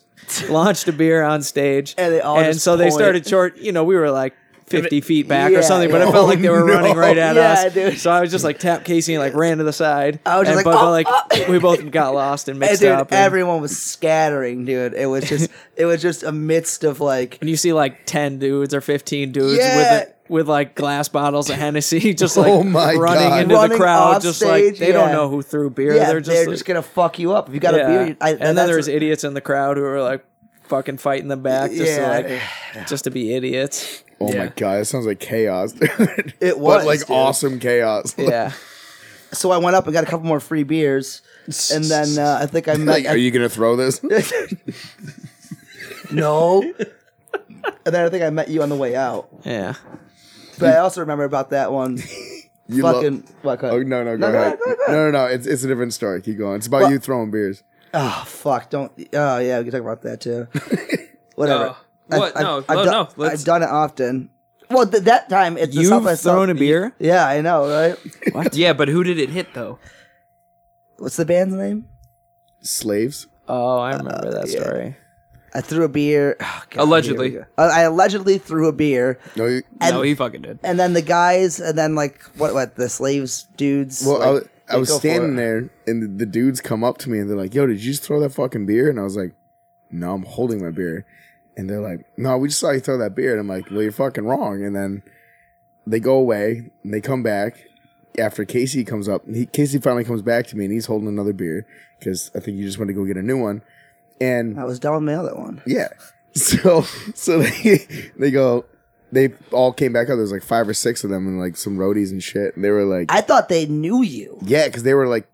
Speaker 1: launched a beer on stage,
Speaker 3: And they all
Speaker 1: and
Speaker 3: just
Speaker 1: so they
Speaker 3: point.
Speaker 1: started short. You know, we were like fifty feet back
Speaker 3: Yeah,
Speaker 1: or something, but
Speaker 3: yeah.
Speaker 1: it felt like they were
Speaker 4: Oh, no.
Speaker 1: running right at
Speaker 3: Yeah,
Speaker 1: us.
Speaker 3: dude.
Speaker 1: So I was just like tap Casey and like ran to the side.
Speaker 3: I was just
Speaker 1: And-
Speaker 3: like,
Speaker 1: but,
Speaker 3: "Oh,
Speaker 1: like
Speaker 3: oh."
Speaker 1: we both got lost and
Speaker 3: And
Speaker 1: mixed
Speaker 3: dude,
Speaker 1: up. And,
Speaker 3: everyone was scattering, dude. It was just, it was just a midst of like
Speaker 1: and you see like ten dudes or fifteen dudes
Speaker 3: Yeah.
Speaker 1: with it, with like glass bottles of Hennessy, just like
Speaker 4: Oh my
Speaker 1: running
Speaker 4: God.
Speaker 1: into
Speaker 3: Running
Speaker 1: the crowd,
Speaker 3: off
Speaker 1: just
Speaker 3: stage,
Speaker 1: like they don't
Speaker 3: yeah.
Speaker 1: know who threw beer.
Speaker 3: Yeah,
Speaker 1: they're just, like-
Speaker 3: gonna fuck you up if you got
Speaker 1: yeah.
Speaker 3: a beer. you- I,
Speaker 1: and then there's
Speaker 3: that's-
Speaker 1: idiots in the crowd who are like fucking fighting them back, just
Speaker 3: Yeah.
Speaker 1: to, like just to be idiots.
Speaker 4: Oh
Speaker 2: Yeah.
Speaker 4: my god, that sounds like chaos. dude.
Speaker 3: It was,
Speaker 4: but like
Speaker 3: dude.
Speaker 4: awesome chaos.
Speaker 1: Yeah,
Speaker 3: so I went up and got a couple more free beers, and then uh, I think I met.
Speaker 4: Like, are you gonna throw this?
Speaker 3: no? and then I think I met you on the way out.
Speaker 1: yeah.
Speaker 3: But I also remember about that one.
Speaker 4: You lo-
Speaker 3: fucking what?
Speaker 4: Oh no no go ahead. No no no, it's it's a different story. Keep going. It's about
Speaker 3: Well-
Speaker 4: you throwing beers.
Speaker 3: Oh fuck! Don't. Oh yeah, we can talk about that too. Whatever.
Speaker 2: Oh, what?
Speaker 3: I've-
Speaker 2: no,
Speaker 3: I've
Speaker 2: no,
Speaker 3: done-
Speaker 2: no. Let's,
Speaker 3: I've done it often. Well, th- that time it's the
Speaker 1: You've
Speaker 3: South by South-
Speaker 1: thrown a beer?
Speaker 3: Yeah, I know, right?
Speaker 2: yeah, but who did it hit though?
Speaker 3: What's the band's name?
Speaker 4: Slaves?
Speaker 1: Oh, I remember that story.
Speaker 3: I threw a beer. oh, God, here we
Speaker 2: Allegedly.
Speaker 3: go. I I allegedly threw a beer.
Speaker 4: No you,
Speaker 2: no, he fucking did.
Speaker 3: and then the guys, and then like what what the slaves dudes.
Speaker 4: Well, I
Speaker 3: like,
Speaker 4: was, I
Speaker 3: they
Speaker 4: was
Speaker 3: go for
Speaker 4: standing
Speaker 3: it.
Speaker 4: there, and the, the dudes come up to me, and they're like, "Yo, did you just throw that fucking beer?" And I was like, "No, I'm holding my beer." And they're like, "No, we just saw you throw that beer." And I'm like, "Well, you're fucking wrong." And then they go away, and they come back after Casey comes up. and He, Casey finally comes back to me, and he's holding another beer because I think you just went to go get a new one. And
Speaker 3: I was double mail that one.
Speaker 4: yeah. So so they they go they all came back up. There was like five or six of them and like some roadies and shit. And they were like,
Speaker 3: I thought they knew you,
Speaker 4: yeah, because they were like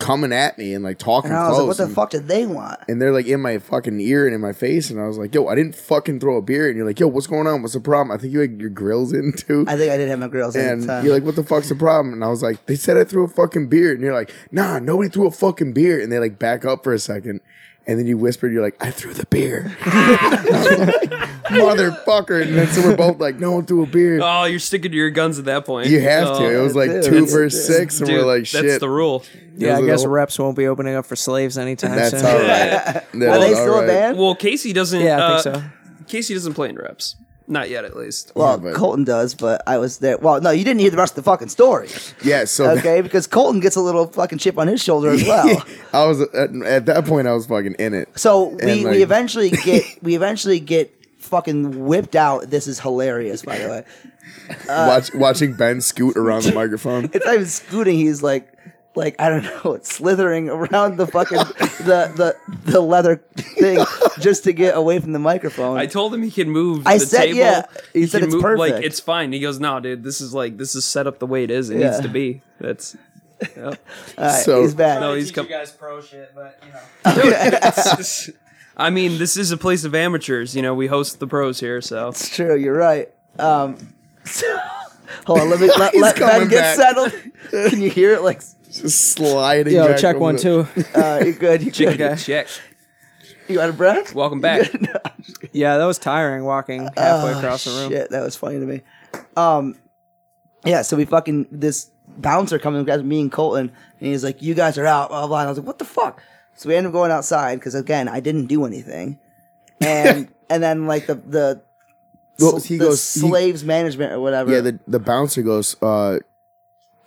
Speaker 4: coming at me and like talking
Speaker 3: and I was
Speaker 4: close.
Speaker 3: like, "What the
Speaker 4: and,
Speaker 3: fuck did they want?"
Speaker 4: and they're like in my fucking ear and in my face. And I was like, yo, I didn't fucking throw a beer. And you're like, yo, what's going on? What's the problem? I think you had your grills in too.
Speaker 3: I uh, think I did have my girls in at
Speaker 4: and
Speaker 3: the time.
Speaker 4: you're like, what the fuck's the problem? And I was like, they said I threw a fucking beer. And you're like, nah, nobody threw a fucking beer. And they like back up for a second. And then you whispered, you're like, I threw the beer. Motherfucker. And then so we're both like, no one threw a beer.
Speaker 2: Oh, you're sticking to your guns at that point.
Speaker 4: you have to. It
Speaker 2: Oh,
Speaker 4: was like
Speaker 3: dude,
Speaker 4: two
Speaker 3: that's-
Speaker 4: versus six. And
Speaker 2: dude,
Speaker 4: we're like,
Speaker 2: That's
Speaker 4: shit.
Speaker 2: the rule.
Speaker 1: Yeah,
Speaker 4: Those
Speaker 1: I
Speaker 4: are
Speaker 1: guess
Speaker 4: the-
Speaker 1: reps won't be opening up for slaves anytime
Speaker 4: That's
Speaker 1: soon.
Speaker 4: all right.
Speaker 3: Are they still
Speaker 4: all
Speaker 3: a
Speaker 4: right.
Speaker 3: band?
Speaker 2: Well, Casey doesn't.
Speaker 1: Yeah, I
Speaker 2: uh,
Speaker 1: think so.
Speaker 2: Casey doesn't play in reps. Not yet, at least.
Speaker 3: Well,
Speaker 4: Yeah, but-
Speaker 3: Colton does, but I was there. Well, no, you didn't hear the rest of the fucking story,
Speaker 4: Yeah. So
Speaker 3: okay? Because Colton gets a little fucking chip on his shoulder as well.
Speaker 4: I was, at, at that point, I was fucking in it.
Speaker 3: So
Speaker 4: And,
Speaker 3: we,
Speaker 4: like-
Speaker 3: we eventually get we eventually get fucking whipped out. This is hilarious, by the way. uh,
Speaker 4: Watch, watching Ben scoot around the microphone.
Speaker 3: It's not even scooting. He's like, like I don't know, it's slithering around the fucking the the the leather thing just to get away from the microphone.
Speaker 2: I told him he can move.
Speaker 3: I
Speaker 2: the
Speaker 3: said,
Speaker 2: table.
Speaker 3: yeah. He said
Speaker 2: can
Speaker 3: it's
Speaker 2: move- Like
Speaker 3: perfect.
Speaker 2: it's fine. He goes, no, dude. This is like this is set up the way it is. It
Speaker 3: Yeah.
Speaker 2: needs to be. That's. Yep.
Speaker 3: All right,
Speaker 4: so-
Speaker 3: he's back.
Speaker 2: No,
Speaker 5: Teach
Speaker 2: he's
Speaker 5: you
Speaker 2: coming.
Speaker 5: guys pro shit, but you know.
Speaker 2: I mean, this is a place of amateurs. You know, we host the pros here, so
Speaker 3: It's true. You're right. Um, so- hold on. Let me let,
Speaker 4: He's
Speaker 3: let Ben
Speaker 4: coming back.
Speaker 3: get settled. Can you hear it? Like,
Speaker 4: Just sliding.
Speaker 1: Yo,
Speaker 4: back
Speaker 1: check
Speaker 4: over
Speaker 1: one,
Speaker 4: the-
Speaker 1: two.
Speaker 3: uh, you good? You good?
Speaker 2: chicken check.
Speaker 3: You out of breath?
Speaker 2: Welcome back.
Speaker 1: Yeah, that was tiring walking halfway
Speaker 3: Oh,
Speaker 1: across the room.
Speaker 3: Shit, that was funny to me. Um, yeah. So we fucking this bouncer comes guys me and Colton, and he's like, "You guys are out." Blah blah. And I was like, "What the fuck?" So we end up going outside because again, I didn't do anything, and and then like the the.
Speaker 4: Well, he
Speaker 3: the
Speaker 4: goes- he-
Speaker 3: slaves management or whatever.
Speaker 4: Yeah, the the bouncer goes. Uh,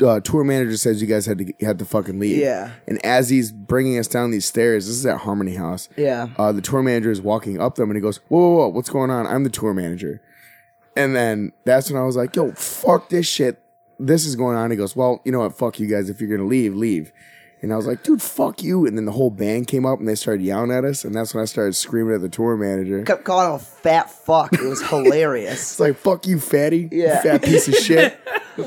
Speaker 4: uh, tour manager says you guys had to had to fucking leave.
Speaker 3: Yeah.
Speaker 4: And as he's bringing us down these stairs, this is at Harmony House.
Speaker 3: yeah.
Speaker 4: Uh, the tour manager is walking up them, and he goes, "Whoa, whoa, whoa, what's going on? I'm the tour manager." And then that's when I was like, "Yo, fuck this shit. This is going on." He goes, "Well, you know what? Fuck you guys. If you're gonna leave, leave." And I was like, "Dude, fuck you!" And then the whole band came up and they started yelling at us, and that's when I started screaming at the tour manager.
Speaker 3: kept calling him a fat fuck. It was hilarious.
Speaker 4: It's like fuck you, fatty, you
Speaker 3: Yeah.
Speaker 4: fat piece of shit.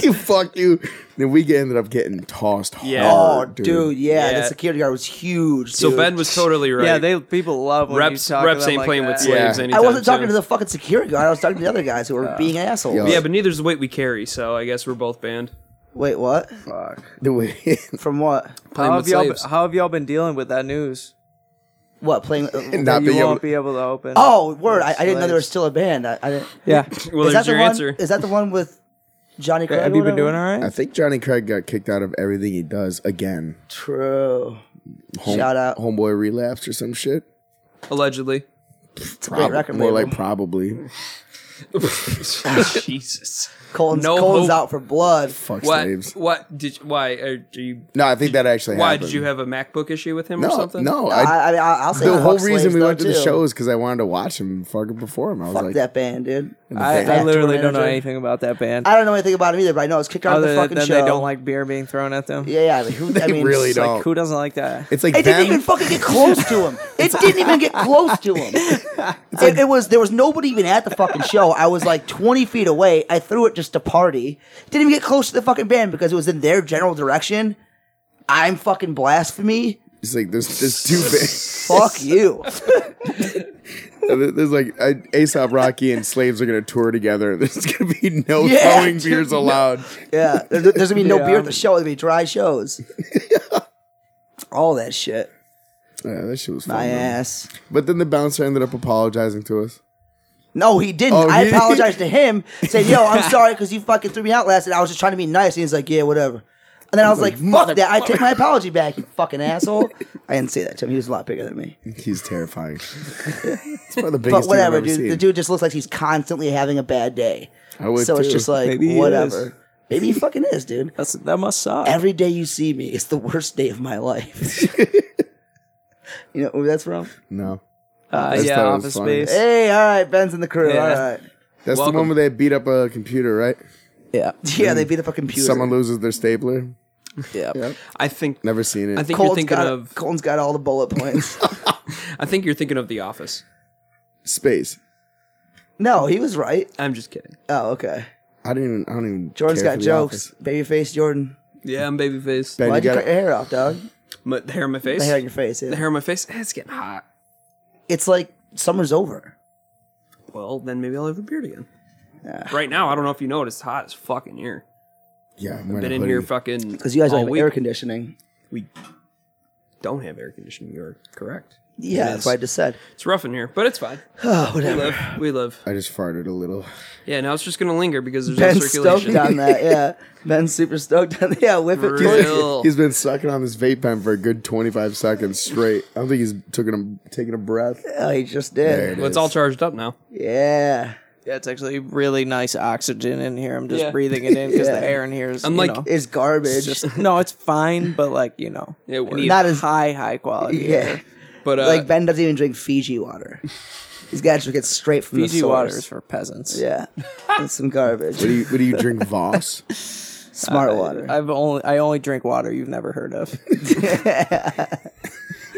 Speaker 4: you fuck you. Then we get, ended up getting tossed
Speaker 2: Yeah.
Speaker 3: oh,
Speaker 4: hard,
Speaker 3: dude, yeah,
Speaker 2: Yeah.
Speaker 3: the security guard was huge.
Speaker 2: So
Speaker 3: dude.
Speaker 2: Ben was totally right.
Speaker 1: Yeah, they people love when
Speaker 2: reps
Speaker 1: you talk to
Speaker 2: reps
Speaker 1: them
Speaker 2: ain't
Speaker 1: like
Speaker 2: playing
Speaker 1: that.
Speaker 2: with slaves
Speaker 4: Yeah. I
Speaker 2: anytime
Speaker 3: uh, I wasn't talking
Speaker 2: soon.
Speaker 3: to the fucking security guard. I was talking to the other guys who were being assholes.
Speaker 4: Yeah.
Speaker 2: Yeah, but neither's the weight we carry, so I guess we're both banned.
Speaker 3: Wait, what?
Speaker 4: The way-
Speaker 3: From what?
Speaker 2: Playing
Speaker 1: How
Speaker 2: with
Speaker 1: have, y'all,
Speaker 2: slaves.
Speaker 1: how have y'all been dealing with that news?
Speaker 3: What playing? uh,
Speaker 4: Not
Speaker 1: you
Speaker 4: being able
Speaker 1: won't
Speaker 4: to-
Speaker 1: be able to open.
Speaker 3: oh, word! I, I didn't know
Speaker 1: Slaves.
Speaker 3: there was still a band. I, I didn't.
Speaker 1: yeah.
Speaker 2: Well, there's
Speaker 3: is that the
Speaker 2: your
Speaker 3: one?
Speaker 2: answer.
Speaker 3: Is that the one with Johnny? Craig
Speaker 1: Have
Speaker 3: or
Speaker 1: you been
Speaker 3: whatever?
Speaker 1: doing all right?
Speaker 4: I think Johnny Craig got kicked out of everything he does again.
Speaker 3: True.
Speaker 4: Home-
Speaker 3: Shout out.
Speaker 4: homeboy relapsed or some shit.
Speaker 2: Allegedly.
Speaker 4: Prob-
Speaker 3: record
Speaker 4: more
Speaker 3: label.
Speaker 4: like probably.
Speaker 2: Jesus.
Speaker 3: Colton's,
Speaker 2: No
Speaker 3: Colton's
Speaker 2: hope.
Speaker 3: out for blood.
Speaker 4: Fuck
Speaker 2: What?
Speaker 4: slaves.
Speaker 2: What did? Why are do you?
Speaker 4: No, I think that actually
Speaker 2: Why
Speaker 4: happened.
Speaker 2: did you have a MacBook issue with him
Speaker 4: no?
Speaker 2: or something?
Speaker 4: No, I,
Speaker 3: I, I mean, I, I'll say
Speaker 4: the
Speaker 3: fuck
Speaker 4: whole
Speaker 3: slaves,
Speaker 4: reason we
Speaker 3: though,
Speaker 4: went to the
Speaker 3: too.
Speaker 4: show is because I wanwanted to watch him fucking perform. I was
Speaker 3: Fuck
Speaker 4: like,
Speaker 3: that band, dude.
Speaker 1: I,
Speaker 4: Yeah.
Speaker 1: I literally don't know
Speaker 3: Manager.
Speaker 1: anything about that band.
Speaker 3: I don't know anything about him either, but I know I was kicked out of
Speaker 1: Other
Speaker 3: the
Speaker 1: than
Speaker 3: fucking
Speaker 1: they
Speaker 3: show.
Speaker 1: don't like beer being thrown at them.
Speaker 3: Yeah, yeah. I mean, who, I
Speaker 4: They
Speaker 3: mean,
Speaker 4: really
Speaker 3: it's like-
Speaker 4: don't.
Speaker 1: Who doesn't like that?
Speaker 4: it's like
Speaker 3: It didn't
Speaker 4: them.
Speaker 3: even fucking get close to him. It didn't even get close to him. It, it was there was nobody even at the fucking show. I was like twenty feet away. I threw it just to party. Didn't even get close to the fucking band because it was in their general direction. I'm fucking blasphemy.
Speaker 4: it's like there's there's two bands.
Speaker 3: Fuck you.
Speaker 4: And there- There's like I- Aesop Rocky and slaves are gonna tour together. There's gonna be no
Speaker 3: Yeah,
Speaker 4: throwing
Speaker 3: dude,
Speaker 4: beers
Speaker 3: no.
Speaker 4: allowed.
Speaker 3: Yeah, there- there's gonna be no
Speaker 1: Yeah.
Speaker 3: beer at the show. There's gonna be dry shows. All that shit.
Speaker 4: Yeah, that shit was fun.
Speaker 3: My
Speaker 4: though.
Speaker 3: ass.
Speaker 4: But then the bouncer ended up apologizing to us.
Speaker 3: No, he didn't.
Speaker 4: Oh,
Speaker 3: I
Speaker 4: he-
Speaker 3: apologized to him, saying, "Yo, I'm sorry because you fucking threw me out last, and I was just trying to be nice." And he's like, "Yeah, whatever." And then I was like, "Fuck that! I take my apology back, you fucking asshole." I didn't say that to him. He was a lot bigger than me.
Speaker 4: He's terrifying. it's probably the biggest
Speaker 3: But whatever,
Speaker 4: thing I've ever
Speaker 3: dude.
Speaker 4: seen.
Speaker 3: The dude just looks like he's constantly having a bad day.
Speaker 4: I would
Speaker 3: so it's
Speaker 4: too.
Speaker 3: just like
Speaker 1: Maybe he is.
Speaker 3: whatever. Maybe he fucking is, dude.
Speaker 1: That's that must suck.
Speaker 3: Every day you see me, it's the worst day of my life. you know where that's from?
Speaker 4: no,
Speaker 1: uh,
Speaker 4: That's
Speaker 1: yeah,
Speaker 4: that was
Speaker 1: Office
Speaker 4: funny.
Speaker 1: Space.
Speaker 3: Hey, all right, Ben's in the crew.
Speaker 1: Yeah.
Speaker 3: All right,
Speaker 4: that's
Speaker 2: Welcome.
Speaker 4: the one where they beat up a computer, right?
Speaker 1: Yeah.
Speaker 3: yeah, they beat up a computer.
Speaker 4: Someone loses their stapler.
Speaker 1: Yeah.
Speaker 2: I think
Speaker 4: Never seen it.
Speaker 2: I think you're
Speaker 3: Colton's
Speaker 2: thinking
Speaker 3: got,
Speaker 2: of
Speaker 3: Colton's got all the bullet points.
Speaker 2: I think you're thinking of The Office.
Speaker 4: Space.
Speaker 3: no, he was right.
Speaker 2: I'm just kidding.
Speaker 3: Oh, okay.
Speaker 4: I didn't even. I don't even.
Speaker 3: Jordan's
Speaker 4: care
Speaker 3: got
Speaker 4: for The
Speaker 3: jokes.
Speaker 4: Office.
Speaker 3: Babyface Jordan.
Speaker 2: Yeah, I'm babyface.
Speaker 4: Ben, you
Speaker 3: Why'd you
Speaker 4: got
Speaker 3: cut your hair off, dog?
Speaker 2: My- the hair on my face.
Speaker 3: The hair on your face. yeah.
Speaker 2: The hair on my face. Eh, It's getting hot.
Speaker 3: It's like summer's over.
Speaker 2: Well, then maybe I'll have a beard again. Right now, I don't know if you know it. It's hot as fucking here.
Speaker 4: yeah, I'm
Speaker 2: Been
Speaker 4: wearing a
Speaker 2: in here
Speaker 4: hoodie.
Speaker 2: fucking
Speaker 3: Because you guys
Speaker 2: all
Speaker 3: don't have
Speaker 2: week.
Speaker 3: air conditioning.
Speaker 2: we don't have air conditioning. You're correct.
Speaker 3: Yeah, that's what I just said.
Speaker 2: It's rough in here, but it's fine.
Speaker 3: Oh,
Speaker 2: We
Speaker 3: whatever.
Speaker 2: live. We live.
Speaker 4: I just farted a little.
Speaker 2: Yeah. Now it's just gonna linger because there's no
Speaker 3: Ben's
Speaker 2: circulation.
Speaker 3: stoked on that. Yeah, Ben's super stoked on that. Yeah, whip it to it.
Speaker 2: Real.
Speaker 4: He's been sucking on this vape pen for a good 25 seconds straight. I don't think he's taking a taking a breath.
Speaker 3: Oh, he just
Speaker 4: There
Speaker 3: did.
Speaker 4: it
Speaker 2: Well, it's
Speaker 4: is.
Speaker 2: all charged up now.
Speaker 3: Yeah.
Speaker 1: Yeah, it's actually really nice oxygen in here. I'm just
Speaker 2: Yeah.
Speaker 1: breathing it in because
Speaker 3: Yeah.
Speaker 1: the air in here is.
Speaker 2: I'm
Speaker 1: you
Speaker 2: like-
Speaker 1: know,
Speaker 3: It's garbage.
Speaker 1: it's just no, it's fine, but like you know,
Speaker 2: It
Speaker 1: I
Speaker 2: works.
Speaker 1: need
Speaker 3: Not as-
Speaker 1: high, high quality.
Speaker 3: yeah.
Speaker 1: air.
Speaker 2: But uh,
Speaker 3: like Ben doesn't even drink Fiji water. He's got to get straight from
Speaker 1: Fiji
Speaker 3: the source.
Speaker 1: water is for peasants.
Speaker 3: Yeah, that's some garbage.
Speaker 4: What do you What do you drink, Voss?
Speaker 3: Smart water.
Speaker 1: I've only I only drink water you've never heard of.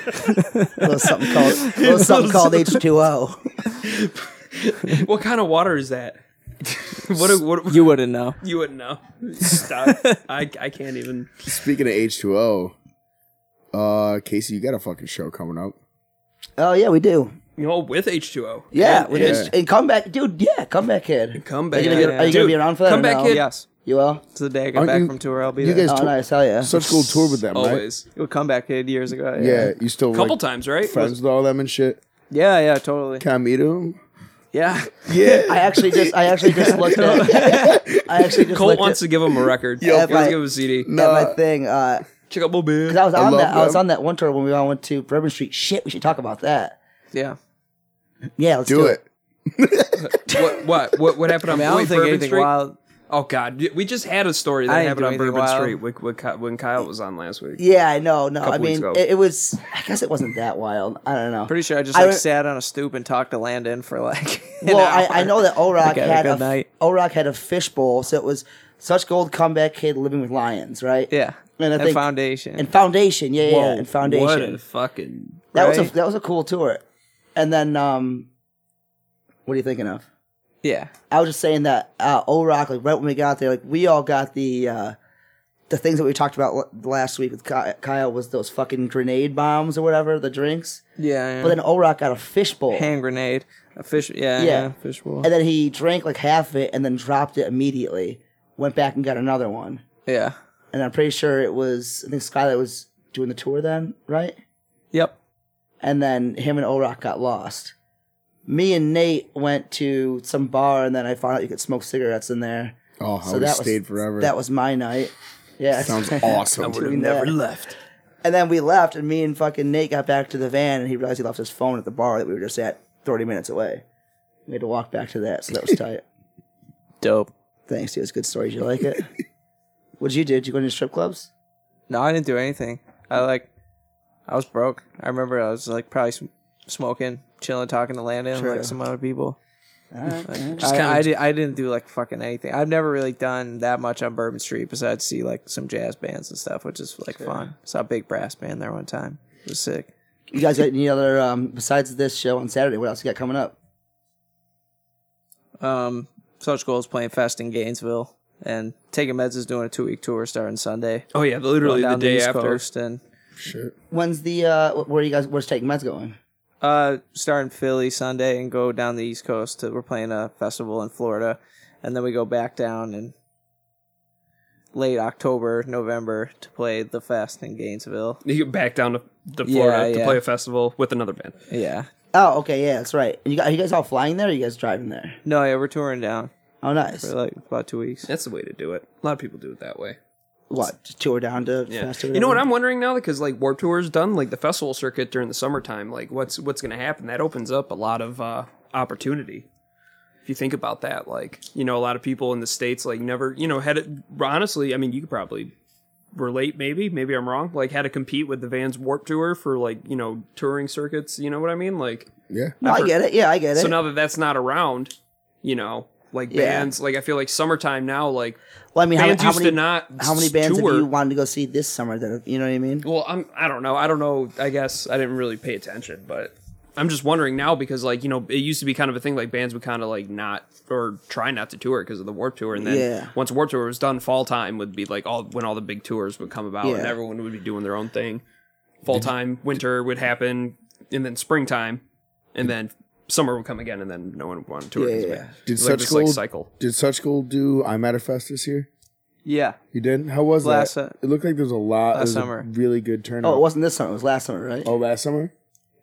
Speaker 3: a little something called a little something called H two O.
Speaker 2: what kind of water is that? what? A, what?
Speaker 1: you wouldn't know.
Speaker 2: You wouldn't know. Stop. I I can't even.
Speaker 4: Speaking of H2O, uh, Casey, you got a fucking show coming up.
Speaker 3: Oh yeah, we do.
Speaker 2: You know, with H2O.
Speaker 3: Yeah,
Speaker 2: And-
Speaker 3: we
Speaker 2: and-
Speaker 3: do. And come back, dude. Yeah, come back, kid.
Speaker 2: Come back.
Speaker 3: Are you gonna,
Speaker 1: Yeah,
Speaker 3: get-
Speaker 1: yeah.
Speaker 3: are you gonna be
Speaker 2: Dude,
Speaker 3: around for that?
Speaker 2: come
Speaker 3: or
Speaker 2: back,
Speaker 3: no?
Speaker 2: kid.
Speaker 1: Yes,
Speaker 3: You will.
Speaker 1: it's the day I get
Speaker 4: Aren't
Speaker 1: back
Speaker 4: you-
Speaker 1: from tour. I'll be
Speaker 4: You
Speaker 1: there.
Speaker 4: guys
Speaker 3: Oh,
Speaker 4: tour-
Speaker 3: nice. Hell yeah.
Speaker 4: such cool tour with them, right?
Speaker 2: Always.
Speaker 1: You'll come back, kid. Years ago.
Speaker 4: Yeah, you still
Speaker 2: A couple
Speaker 4: like,
Speaker 2: times, right?
Speaker 4: friends with all them and shit.
Speaker 1: yeah, yeah, totally.
Speaker 4: Can I meet him?
Speaker 1: Yeah,
Speaker 4: Yeah.
Speaker 3: I actually just I actually just looked at I actually just
Speaker 2: Colt
Speaker 3: looked
Speaker 2: wants
Speaker 3: at,
Speaker 2: to give him a record.
Speaker 3: Yeah,
Speaker 2: He wants
Speaker 3: but-
Speaker 2: to give him a CD.
Speaker 3: at my thing. Uh,
Speaker 2: Check out my band.
Speaker 3: 'cause I was on
Speaker 4: love
Speaker 3: that I was
Speaker 4: them.
Speaker 3: on that one tour when we all went to Bourbon Street. Shit, we should talk about that.
Speaker 1: yeah.
Speaker 3: Yeah, let's do,
Speaker 4: do it.
Speaker 2: What, what? What? What happened
Speaker 1: I,
Speaker 2: on
Speaker 1: mean, I don't
Speaker 2: wait,
Speaker 1: think
Speaker 2: Bourbon
Speaker 1: anything
Speaker 2: Street?
Speaker 1: wild.
Speaker 2: Oh God, we just had a story
Speaker 1: I
Speaker 2: that
Speaker 1: didn't
Speaker 2: happened
Speaker 1: do
Speaker 2: on
Speaker 1: anything
Speaker 2: Bourbon
Speaker 1: wild.
Speaker 2: Street with, with Ky- when Kyle was on last week.
Speaker 3: Yeah, I know. No, I
Speaker 2: Couple weeks
Speaker 3: mean
Speaker 2: ago.
Speaker 3: it, it was. I guess it wasn't that wild. I don't know.
Speaker 1: Pretty sure I just
Speaker 3: I
Speaker 1: like
Speaker 3: re-
Speaker 1: sat on a stoop and talked to Landon for like. an
Speaker 3: well, I, I
Speaker 1: hour.
Speaker 3: know that Orock
Speaker 1: Okay,
Speaker 3: had a
Speaker 1: good
Speaker 3: f-
Speaker 1: night.
Speaker 3: Orock had a fishbowl, so it was such gold comeback kid living with lions, right?
Speaker 1: Yeah,
Speaker 3: And I
Speaker 1: and
Speaker 3: think-
Speaker 1: foundation.
Speaker 3: And foundation, yeah, yeah, and foundation.
Speaker 2: What a fucking.
Speaker 3: that was
Speaker 1: right?
Speaker 3: a that was a cool tour. And then, um, what are you thinking of?
Speaker 1: yeah,
Speaker 3: I was just saying that uh, Orock, like right when we got there, like we all got the uh, the things that we talked about l- last week with Ky- Kyle was those fucking grenade bombs or whatever the drinks.
Speaker 1: yeah. yeah.
Speaker 3: But then Orock got a fishbowl.
Speaker 1: hand grenade, a fish. Yeah,
Speaker 3: Yeah.
Speaker 1: yeah, fish bowl.
Speaker 3: And then he drank like half of it and then dropped it immediately. Went back and got another one.
Speaker 1: yeah.
Speaker 3: And I'm pretty sure it was, I think Skylight was doing the tour then, right?
Speaker 1: Yep.
Speaker 3: And then him and Orock got lost. Me and Nate went to some bar and then I found out you could smoke cigarettes in there.
Speaker 4: Oh, I would have stayed forever.
Speaker 3: That was my night. Yeah.
Speaker 4: sounds
Speaker 2: I
Speaker 4: awesome.
Speaker 2: would have
Speaker 3: doing
Speaker 2: never
Speaker 3: that.
Speaker 2: left.
Speaker 3: And then we left and me and fucking Nate got back to the van and he realized he left his phone at the bar that we were just at 30 minutes away. We had to walk back to that, so that was tight.
Speaker 1: Dope.
Speaker 3: Thanks, dude. It's good stories. You like it? What'd you do? Did you go to any strip clubs?
Speaker 1: No, I didn't do anything.
Speaker 2: Hmm.
Speaker 1: I like, I was broke. I remember I was like probably sm- smoking, chilling, talking to Landon, and,
Speaker 3: True.
Speaker 1: like some other people.
Speaker 2: Just kinda-
Speaker 1: I, I, did, I didn't do like fucking anything. I've never really done that much on Bourbon Street besides see like some jazz bands and stuff, which is like fun. Saw a big brass band there one time. It was sick.
Speaker 3: You guys got any other um, besides this show on Saturday? What else you got coming up?
Speaker 1: Um, Such Goals playing Fest in Gainesville, and Taking Meds is doing a two week tour starting Sunday.
Speaker 2: Oh yeah, literally
Speaker 1: Going
Speaker 2: the
Speaker 1: down
Speaker 2: day
Speaker 1: East
Speaker 2: after.
Speaker 1: Coast and
Speaker 4: Shit.
Speaker 3: When's the uh, wh- where you guys where's taking meds going?
Speaker 1: Uh, start in Philly Sunday and go down the East Coast. To, we're playing a festival in Florida, and then we go back down in late October, November to play the fest in Gainesville.
Speaker 2: You get back down to, to Florida
Speaker 1: Yeah,
Speaker 2: to
Speaker 1: yeah.
Speaker 2: play a festival with another band.
Speaker 1: Yeah,
Speaker 3: Oh, okay, yeah, that's right. And you got are you guys all flying there? Or you guys driving there?
Speaker 1: no, yeah, we're touring down
Speaker 3: Oh, nice.
Speaker 1: for like about two weeks.
Speaker 2: That's the way to do it. A lot of people do it that way.
Speaker 3: What just tour down to
Speaker 2: Yeah.
Speaker 3: Fest or
Speaker 2: You know what
Speaker 3: whatever?
Speaker 2: I'm wondering now because like Warp Tour is done, like the festival circuit during the summertime, like what's what's going to happen? That opens up a lot of uh, opportunity. If you think about that, like you know, a lot of people in the states like never, you know, had it. Honestly, I mean, you could probably relate. Maybe, maybe I'm wrong. Like had to compete with the Vans Warp Tour for like you know touring circuits. You know what I mean? Like
Speaker 4: Yeah.
Speaker 3: No, I get it. Yeah, I get it.
Speaker 2: so now that that's not around, you know, Like
Speaker 3: Yeah.
Speaker 2: bands, like I feel like summertime now, like
Speaker 3: Well, I mean, how,
Speaker 2: bands
Speaker 3: how
Speaker 2: used
Speaker 3: many
Speaker 2: to not
Speaker 3: how many bands
Speaker 2: tour.
Speaker 3: have you wanted to go see this summer? That have- you know what I mean?
Speaker 2: Well, I'm I don't know. I don't know. I guess I didn't really pay attention, but I'm just wondering now because like, you know, it used to be kind of a thing like bands would kind of like not or try not to tour because of the Warp Tour and then
Speaker 3: Yeah.
Speaker 2: once Warp Tour was done, fall time would be like all when all the big tours would come about and
Speaker 3: Yeah.
Speaker 2: everyone would be doing their own thing. Fall time, winter would happen and then springtime and then summer would come again and then no one would want to tour.
Speaker 3: Yeah,
Speaker 2: It's
Speaker 3: yeah,
Speaker 2: been-
Speaker 3: yeah.
Speaker 4: Did
Speaker 2: it's
Speaker 4: such
Speaker 2: like this
Speaker 4: gold
Speaker 2: like cycle.
Speaker 4: Did Such Gold do I Fest this year?
Speaker 1: Yeah.
Speaker 4: You did? How was
Speaker 1: Last,
Speaker 4: that?
Speaker 1: uh,
Speaker 4: it looked like there was a lot.
Speaker 1: last
Speaker 4: Last
Speaker 1: summer.
Speaker 4: summer, really good turnout.
Speaker 3: Oh, it wasn't this summer. It was last summer, right?
Speaker 4: Oh, last summer.
Speaker 1: Yeah.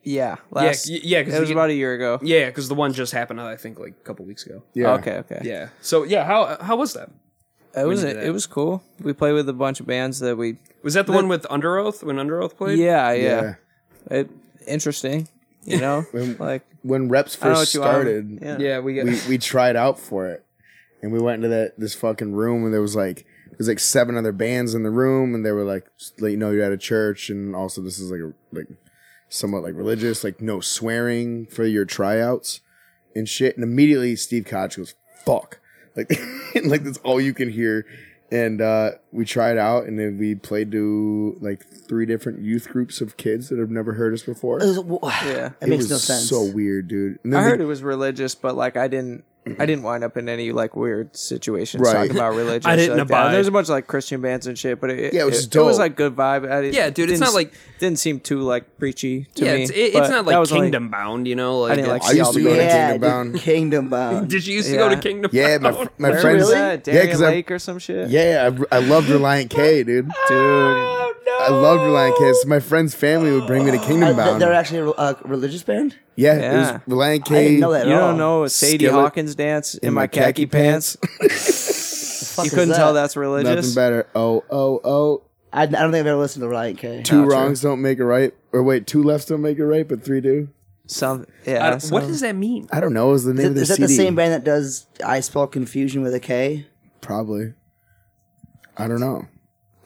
Speaker 2: Yeah,
Speaker 1: Last,
Speaker 2: y- yeah,
Speaker 1: it was
Speaker 2: because
Speaker 1: about a year ago.
Speaker 2: yeah, because the one just happened, I think, like a couple weeks ago.
Speaker 4: Yeah.
Speaker 1: Okay, okay.
Speaker 2: Yeah. So yeah, how how was that?
Speaker 1: It was
Speaker 2: you do that?
Speaker 1: it was cool. We played with a bunch of bands that we
Speaker 2: Was that the, one with Under Oath when Under Oath played?
Speaker 1: Yeah, yeah. It interesting, you know? like
Speaker 4: When reps
Speaker 1: I don't know what
Speaker 4: first
Speaker 1: you are.
Speaker 4: started,
Speaker 1: Yeah.
Speaker 2: Yeah, we get
Speaker 4: we, we tried out for it, and we went into that this fucking room, and there was like there was like seven other bands in the room, and they were like, just let you know, you're at a church, and also this is like a, like somewhat like religious, like no swearing for your tryouts and shit. And immediately Steve Koch goes, fuck. Like, like that's all you can hear. And uh, we tried out and then we played to like three different youth groups of kids that have never heard us before.
Speaker 3: It
Speaker 4: It
Speaker 3: was- wha-
Speaker 1: Yeah.
Speaker 3: It makes
Speaker 4: was
Speaker 3: no sense.
Speaker 4: so weird, dude. And then
Speaker 1: I
Speaker 4: the-
Speaker 1: heard it was religious, but like I didn't I didn't wind up in any like weird situations
Speaker 4: Right.
Speaker 1: talking about religion.
Speaker 2: I
Speaker 1: and shit
Speaker 2: didn't
Speaker 1: like that.
Speaker 2: abide.
Speaker 1: There's a bunch of like Christian bands and shit, but it,
Speaker 4: Yeah, it
Speaker 1: it,
Speaker 4: was
Speaker 1: it,
Speaker 4: just dope.
Speaker 1: was like good vibe. I, didn't-
Speaker 2: Yeah, dude,
Speaker 1: didn't
Speaker 2: it's not
Speaker 1: s-
Speaker 2: like-
Speaker 1: didn't seem too like preachy to
Speaker 2: yeah,
Speaker 1: me.
Speaker 2: it's, it,
Speaker 1: but
Speaker 2: it's not
Speaker 1: that
Speaker 2: like
Speaker 1: was only-
Speaker 2: Kingdom Bound, you know. Like
Speaker 1: didn't
Speaker 2: it's-
Speaker 1: like
Speaker 4: I used to go to
Speaker 3: yeah,
Speaker 4: Kingdom
Speaker 3: dude,
Speaker 4: Bound.
Speaker 3: Kingdom Bound.
Speaker 2: Did you used to go to
Speaker 1: Yeah.
Speaker 2: Kingdom?
Speaker 4: Yeah, my,
Speaker 2: Bound?
Speaker 4: f- my
Speaker 1: Where
Speaker 4: friends.
Speaker 1: was that?
Speaker 4: Yeah,
Speaker 1: Darien
Speaker 4: because I,
Speaker 1: Lake or some shit.
Speaker 4: yeah, I, I loved Reliant K, dude.
Speaker 1: dude.
Speaker 2: Oh no!
Speaker 4: I loved Reliant K. So my friend's family would bring me to Kingdom
Speaker 3: Uh, th-
Speaker 4: Bound.
Speaker 3: they're actually a uh, religious band.
Speaker 4: yeah, it
Speaker 1: Yeah.
Speaker 4: was Reliant K.
Speaker 3: I didn't know that.
Speaker 1: You
Speaker 3: at all.
Speaker 1: don't know Sadie
Speaker 4: Skillet
Speaker 1: Hawkins dance in, my, khaki, pants.
Speaker 3: Fuck
Speaker 1: You
Speaker 3: is
Speaker 1: couldn't
Speaker 3: that?
Speaker 1: tell that's
Speaker 4: Nothing
Speaker 1: religious.
Speaker 4: better. Oh, oh, oh.
Speaker 3: I, I don't think I've ever listened to Reliant K.
Speaker 4: Two
Speaker 1: true.
Speaker 4: wrongs don't make a right. Or wait, two lefts don't make a right, but three do.
Speaker 1: Some
Speaker 2: I
Speaker 1: yeah.
Speaker 2: don't- what
Speaker 1: some-
Speaker 2: does that mean?
Speaker 4: I don't know. Is the name
Speaker 3: Is,
Speaker 4: of
Speaker 3: it-
Speaker 4: the
Speaker 3: is that
Speaker 4: CD?
Speaker 3: the same band that does I Spell Confusion with a K?
Speaker 4: Probably. I don't know.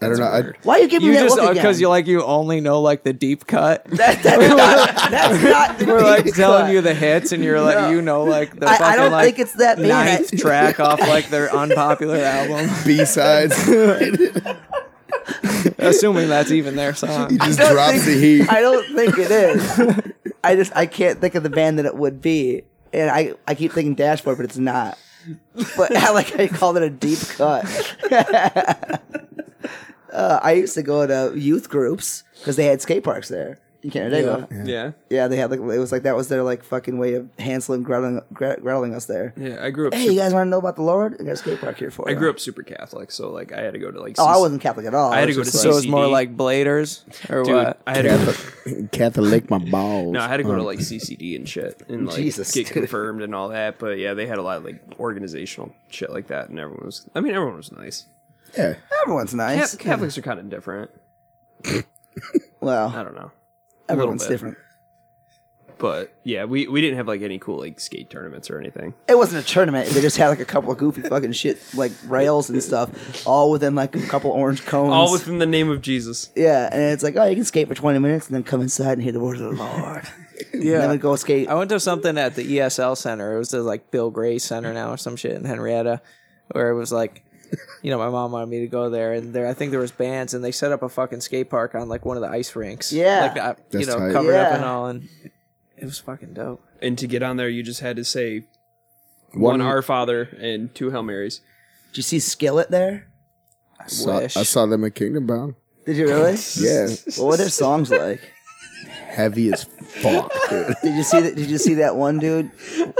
Speaker 4: I don't know. I,
Speaker 3: Why are you giving
Speaker 1: you
Speaker 3: me that
Speaker 1: just
Speaker 2: uh,
Speaker 3: look again?
Speaker 1: because you like you only know like the deep cut.
Speaker 3: That, that's not. That's not. the
Speaker 1: We're like
Speaker 3: deep
Speaker 1: telling
Speaker 3: cut.
Speaker 1: you the hits, and you're like you know like the
Speaker 3: I,
Speaker 1: fucking
Speaker 3: I don't
Speaker 1: like
Speaker 3: think it's that band.
Speaker 1: ninth track off like their unpopular album.
Speaker 4: B sides.
Speaker 1: Assuming that's even their song.
Speaker 4: just
Speaker 3: I don't
Speaker 4: drops
Speaker 3: think-
Speaker 4: the heat.
Speaker 3: I don't think it is. I just I can't think of the band that it would be, and I I keep thinking Dashboard, but it's not. But I like I called it a deep cut. uh, I used to go to youth groups because they had skate parks there in Canada. Yeah.
Speaker 2: Yeah,
Speaker 3: they had like it was like that was their like fucking way of Hansel and Gretel, Gre- Greteling us there.
Speaker 2: yeah. I grew up.
Speaker 3: Hey,
Speaker 2: super,
Speaker 3: you guys want to know about the Lord? I got a skate park here for you.
Speaker 2: I grew up super Catholic, so like I had to go to like.
Speaker 3: Oh, I
Speaker 2: CC
Speaker 3: wasn't Catholic at all.
Speaker 2: I had to
Speaker 3: was
Speaker 2: go to
Speaker 3: just
Speaker 1: So it's
Speaker 2: CCD.
Speaker 1: more like Bladers or
Speaker 2: Dude,
Speaker 1: what?
Speaker 2: I had to. Go,
Speaker 4: Catholic, Catholic, my balls. Um,
Speaker 2: no, I had to go to like CCD and shit, and like
Speaker 3: Oh. Jesus,
Speaker 2: get
Speaker 3: dude.
Speaker 2: confirmed and all that. But yeah, they had a lot of like organizational shit like that, and everyone was. I mean, everyone was nice.
Speaker 4: Yeah.
Speaker 3: everyone's
Speaker 2: Ca-
Speaker 3: nice.
Speaker 2: Catholics are kind of different. I
Speaker 3: Well,
Speaker 2: don't know.
Speaker 3: everyone's
Speaker 2: bit.
Speaker 3: different.
Speaker 2: But yeah, we, we didn't have like any cool like skate tournaments or anything.
Speaker 3: It wasn't a tournament. They just had like a couple of goofy fucking shit, like rails and stuff, all within like a couple orange cones.
Speaker 2: All within the name of Jesus.
Speaker 3: yeah, and it's like, oh, you can skate for 20 minutes and then come inside and hear the word of the Lord. yeah. And then we go skate.
Speaker 1: I went to something at the ESL Center. It was the like Bill Gray Center now or some shit in Henrietta, where it was like, you know, my mom wanted me to go there, and there I think there was bands, and they set up a fucking skate park on like one of the ice rinks.
Speaker 3: Yeah.
Speaker 1: like uh, you
Speaker 4: That's
Speaker 1: know,
Speaker 4: tight.
Speaker 1: covered up
Speaker 3: Yeah.
Speaker 1: and all, and it was fucking dope.
Speaker 2: And to get on there, you just had to say one, Our Father and two Hail Marys.
Speaker 3: Did you see Skillet there?
Speaker 1: I
Speaker 4: Saw-
Speaker 1: wish.
Speaker 4: I saw them at Kingdom Bound.
Speaker 3: Did you really?
Speaker 4: Yeah.
Speaker 3: What were their songs like?
Speaker 4: Heavy as fuck, dude.
Speaker 3: Did you see that? Did you see that one dude?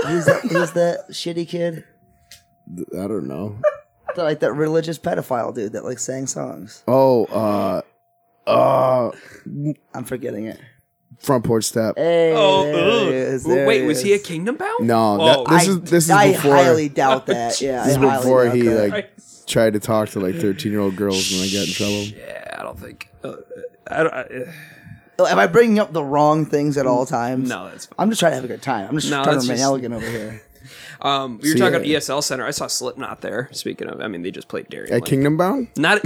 Speaker 3: Who's that? Who's that shitty kid?
Speaker 4: I don't know.
Speaker 3: The, like that religious pedophile dude that like sang songs.
Speaker 4: Oh, uh, uh,
Speaker 3: I'm forgetting it.
Speaker 4: front porch step.
Speaker 3: Hey,
Speaker 2: Oh,
Speaker 3: there
Speaker 2: ugh.
Speaker 3: he is,
Speaker 2: Well,
Speaker 3: there
Speaker 2: wait,
Speaker 3: he
Speaker 2: was he a
Speaker 3: is.
Speaker 2: Kingdom Bound?
Speaker 4: No,
Speaker 2: Oh,
Speaker 4: that- this
Speaker 3: I-
Speaker 4: is this is
Speaker 3: I
Speaker 4: before
Speaker 3: highly doubt that. Yeah,
Speaker 4: this is
Speaker 3: I highly
Speaker 4: before
Speaker 3: doubt
Speaker 4: he
Speaker 3: that.
Speaker 4: like tried to talk to like thirteen year old girls and I got in trouble.
Speaker 2: yeah, I don't think. Uh, I uh, don't. I,
Speaker 3: Am I bringing up the wrong things at all times?
Speaker 2: no, that's fine.
Speaker 3: I'm just trying to have a good time. I'm just
Speaker 2: No,
Speaker 3: trying
Speaker 2: that's
Speaker 3: to remain
Speaker 2: just-
Speaker 3: elegant over here.
Speaker 2: Um, we were
Speaker 4: See,
Speaker 2: talking about
Speaker 4: yeah.
Speaker 2: ESL Center. I saw Slipknot there. Speaking of, I mean, they just played Darian.
Speaker 4: At
Speaker 2: Lake.
Speaker 4: Kingdom Bound?
Speaker 2: Not.